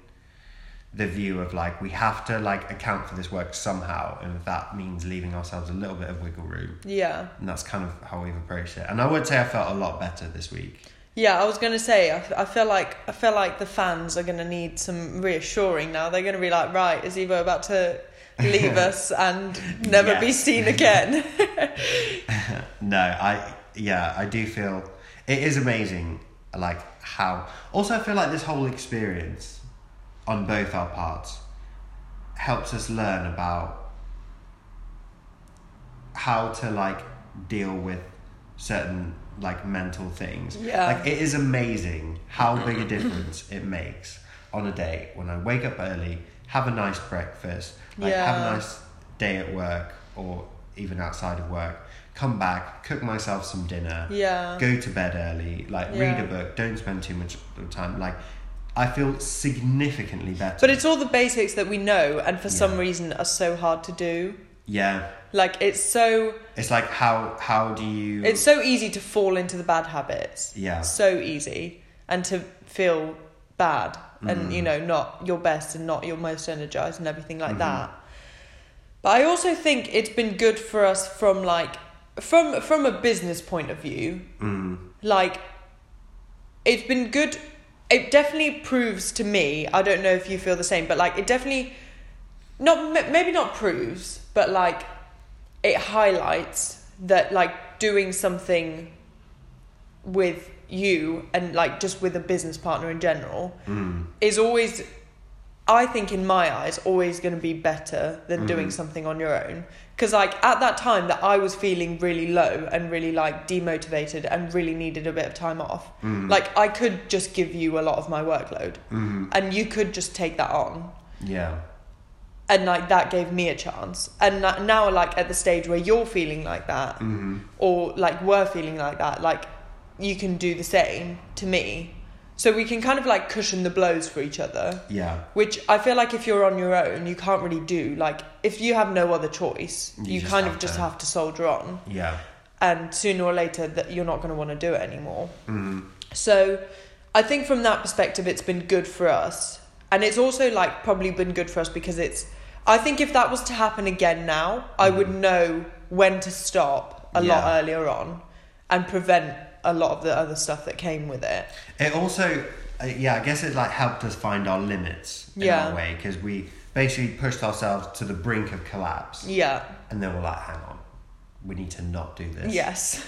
Speaker 1: the view of like we have to like account for this work somehow, and that means leaving ourselves a little bit of wiggle room,
Speaker 2: Yeah.
Speaker 1: and that's kind of how we've approached it. And I would say I felt a lot better this week.
Speaker 2: Yeah, I was gonna say. I, f- I feel like I feel like the fans are gonna need some reassuring now. They're gonna be like, right, is Evo about to leave us and never be
Speaker 1: Yes.
Speaker 2: seen again?
Speaker 1: No, I yeah, I do feel it is amazing like how also I feel like this whole experience on both our parts helps us learn about how to like deal with certain like mental things.
Speaker 2: Yeah.
Speaker 1: Like it is amazing how big a difference it makes on a day when I wake up early, have a nice breakfast, like have
Speaker 2: Yeah.
Speaker 1: a nice day at work or even outside of work, come back, cook myself some dinner,
Speaker 2: yeah,
Speaker 1: go to bed early, like
Speaker 2: Yeah.
Speaker 1: read a book, don't spend too much time. Like I feel significantly better.
Speaker 2: but it's all the basics that we know, and for some
Speaker 1: Yeah.
Speaker 2: reason are so hard to do.
Speaker 1: yeah.
Speaker 2: Like it's so
Speaker 1: It's like how how do you
Speaker 2: it's so easy to fall into the bad habits.
Speaker 1: Yeah.
Speaker 2: so easy, and to feel bad and you know not your best and not your most energized and everything like that. But I also think it's been good for us from like from from a business point of view. Like it's been good it definitely proves to me, I don't know if you feel the same, but like it definitely not m- maybe not proves, but like it highlights that like doing something with you and like just with a business partner in general
Speaker 1: Mm,
Speaker 2: is always I think in my eyes always going to be better than doing something on your own because like at that time that I was feeling really low and really like demotivated and really needed a bit of time off like I could just give you a lot of my workload and you could just take that on
Speaker 1: Yeah.
Speaker 2: and like that gave me a chance and na- now like at the stage where you're feeling like that
Speaker 1: Mm-hmm.
Speaker 2: or like we're feeling like that like you can do the same to me so we can kind of like cushion the blows for each other
Speaker 1: Yeah.
Speaker 2: which i feel like if you're on your own you can't really do like if you have no other choice
Speaker 1: You
Speaker 2: you,
Speaker 1: just
Speaker 2: kind
Speaker 1: have
Speaker 2: of just
Speaker 1: to.
Speaker 2: have to soldier on
Speaker 1: Yeah.
Speaker 2: and sooner or later that you're not going to want to do it anymore.
Speaker 1: Mm-hmm.
Speaker 2: So I think from that perspective it's been good for us and it's also like probably been good for us because it's I think if that was to happen again now, I would know when to stop a
Speaker 1: Mm-hmm. Yeah.
Speaker 2: lot earlier on and prevent a lot of the other stuff that came with it.
Speaker 1: It also, uh, yeah, I guess it like helped us find our limits in
Speaker 2: Yeah.
Speaker 1: a way because we basically pushed ourselves to the brink of collapse,
Speaker 2: Yeah.
Speaker 1: and then we're like, hang on, we need to not do this.
Speaker 2: Yes.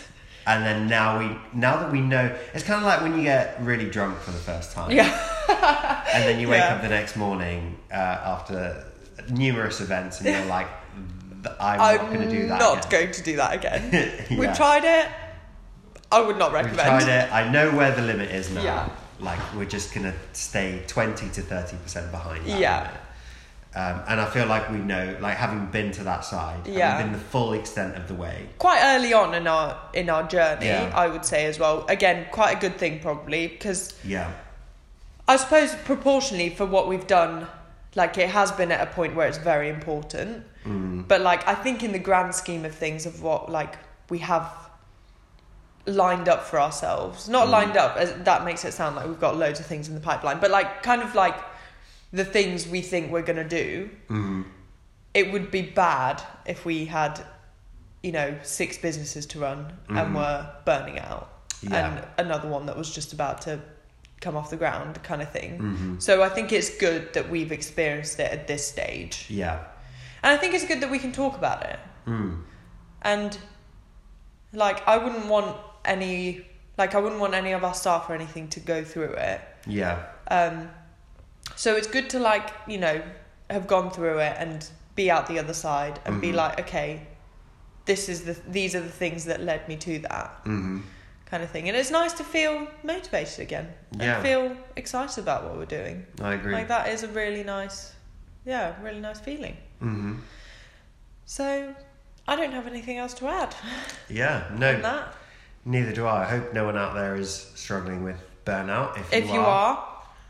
Speaker 1: And then now we, now that we know, it's kind of like when you get really drunk for the first time,
Speaker 2: Yeah.
Speaker 1: and then you wake
Speaker 2: Yeah.
Speaker 1: up the next morning uh, after numerous events, and you're like, "Th- I'm,
Speaker 2: I'm
Speaker 1: not going to do that.
Speaker 2: not
Speaker 1: again."
Speaker 2: going to do that again.
Speaker 1: Yeah.
Speaker 2: We've tried it. I would not
Speaker 1: We've
Speaker 2: recommend.
Speaker 1: tried it. I know where the limit is now.
Speaker 2: Yeah.
Speaker 1: Like we're just gonna stay twenty to thirty percent behind. That
Speaker 2: Yeah.
Speaker 1: limit. Um, and I feel like we know, like having been to that side,
Speaker 2: Yeah.
Speaker 1: having been the full extent of the way.
Speaker 2: quite early on in our in our journey
Speaker 1: Yeah.
Speaker 2: i would say as well again quite a good thing probably because
Speaker 1: Yeah.
Speaker 2: i suppose proportionally for what we've done like it has been at a point where it's very important but like i think in the grand scheme of things of what like we have lined up for ourselves not lined up as that makes it sound like we've got loads of things in the pipeline but like kind of like the things we think we're going to do
Speaker 1: Mm-hmm.
Speaker 2: it would be bad if we had, you know, six businesses to run and were burning out,
Speaker 1: Mm-hmm. Yeah.
Speaker 2: and another one that was just about to come off the ground, kind of thing.
Speaker 1: Mm-hmm.
Speaker 2: So I think it's good that we've experienced it at this stage,
Speaker 1: Yeah.
Speaker 2: and I think it's good that we can talk about it.
Speaker 1: Mm.
Speaker 2: And like, I wouldn't want any, like, I wouldn't want any of our staff or anything to go through it.
Speaker 1: Yeah.
Speaker 2: Um, so it's good to like you know have gone through it and be out the other side and be
Speaker 1: Mhm.
Speaker 2: like, okay, this is the these are the things that led me to that
Speaker 1: hmm
Speaker 2: kind of thing. And it's nice to feel motivated again
Speaker 1: Yeah.
Speaker 2: and feel excited about what we're doing.
Speaker 1: I agree.
Speaker 2: Like that is a really nice, yeah, really nice feeling.
Speaker 1: hmm
Speaker 2: So I don't have anything else to add
Speaker 1: Yeah.
Speaker 2: on
Speaker 1: No.
Speaker 2: that.
Speaker 1: Neither do I. I hope no one out there is struggling with burnout. If you,
Speaker 2: If you are,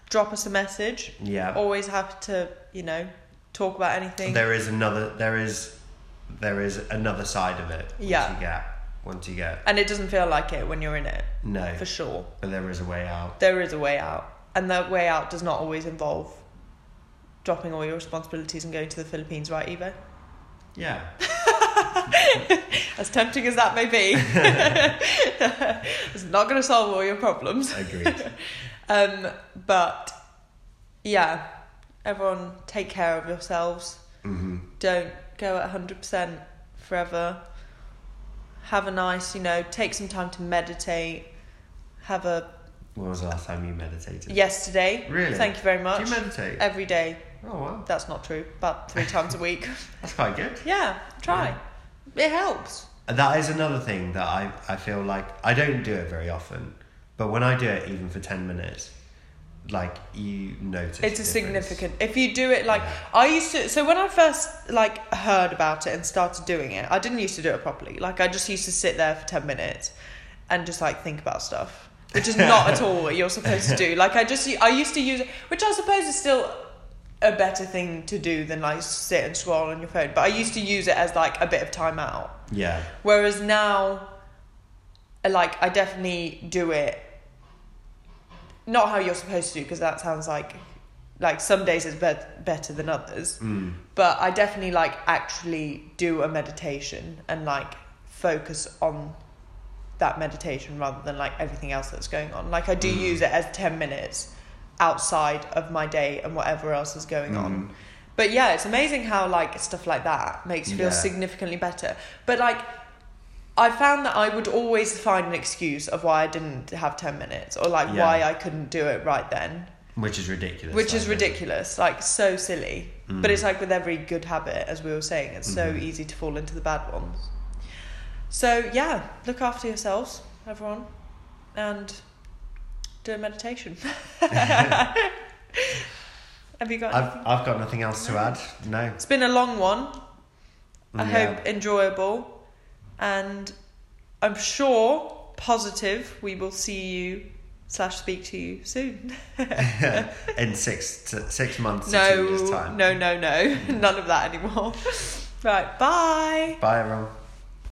Speaker 2: drop us a message.
Speaker 1: yeah.
Speaker 2: Always happy to you know talk about anything.
Speaker 1: There is another. There is. There is another side of it. Once
Speaker 2: Yeah.
Speaker 1: You get. Once you get.
Speaker 2: And it doesn't feel like it when you're in it,
Speaker 1: No.
Speaker 2: for sure.
Speaker 1: But there is a way out.
Speaker 2: There is a way out. And that way out does not always involve dropping all your responsibilities and going to the Philippines, right, Evo?
Speaker 1: Yeah.
Speaker 2: As tempting as that may be, it's not going to solve all your problems.
Speaker 1: Agreed.
Speaker 2: Um, but yeah, everyone take care of yourselves.
Speaker 1: hmm
Speaker 2: Don't go at 100% forever. Have a nice, you know, take some time to meditate. Have a
Speaker 1: When was the last time you meditated?
Speaker 2: yesterday.
Speaker 1: Really?
Speaker 2: Thank you very
Speaker 1: Do
Speaker 2: much.
Speaker 1: you meditate?
Speaker 2: Every day.
Speaker 1: oh wow,
Speaker 2: That's not true. About three times a week. Mm.
Speaker 1: that's quite good.
Speaker 2: Yeah, try. It helps.
Speaker 1: That is another thing that I I feel like I don't do it very often, but when I do it, even for ten minutes, like you notice.
Speaker 2: It's a
Speaker 1: the difference.
Speaker 2: significant. If you do it like
Speaker 1: Yeah.
Speaker 2: I used to, so when I first like heard about it and started doing it, I didn't used to do it properly. Like I just used to sit there for ten minutes and just like think about stuff, which is not at all what you're supposed to do. Like I just I used to use it, which I suppose is still a better thing to do than like sit and scroll on your phone. But I used to use it as like a bit of time out.
Speaker 1: Yeah,
Speaker 2: Whereas now, like, I definitely do it not how you're supposed to, because that sounds like like some days it's bet better than others. But I definitely like actually do a meditation and like focus on that meditation rather than like everything else that's going on. Like I do use it as 10 minutes outside of my day and whatever else is going
Speaker 1: Hmm.
Speaker 2: on. But yeah, it's amazing how like stuff like that makes you feel
Speaker 1: Yeah.
Speaker 2: significantly better. But like I found that I would always find an excuse of why I didn't have 10 minutes or like
Speaker 1: Yeah.
Speaker 2: why I couldn't do it right then,
Speaker 1: Mm. Which is ridiculous.
Speaker 2: which is
Speaker 1: like, Mm.
Speaker 2: ridiculous, like so silly. But it's like with every good habit, as we were saying, it's
Speaker 1: Mm-hmm.
Speaker 2: so easy to fall into the bad ones. So yeah, look after yourselves, everyone, and do a meditation. Have you got
Speaker 1: I've,
Speaker 2: anything?
Speaker 1: I've got nothing else to add. No.
Speaker 2: It's been a long one. I
Speaker 1: Yeah.
Speaker 2: hope enjoyable and I'm sure positive we will see you slash speak to you soon.
Speaker 1: In six to, six months to two years'
Speaker 2: no,
Speaker 1: time.
Speaker 2: no, no, no. None of that anymore. right, bye.
Speaker 1: Bye, everyone.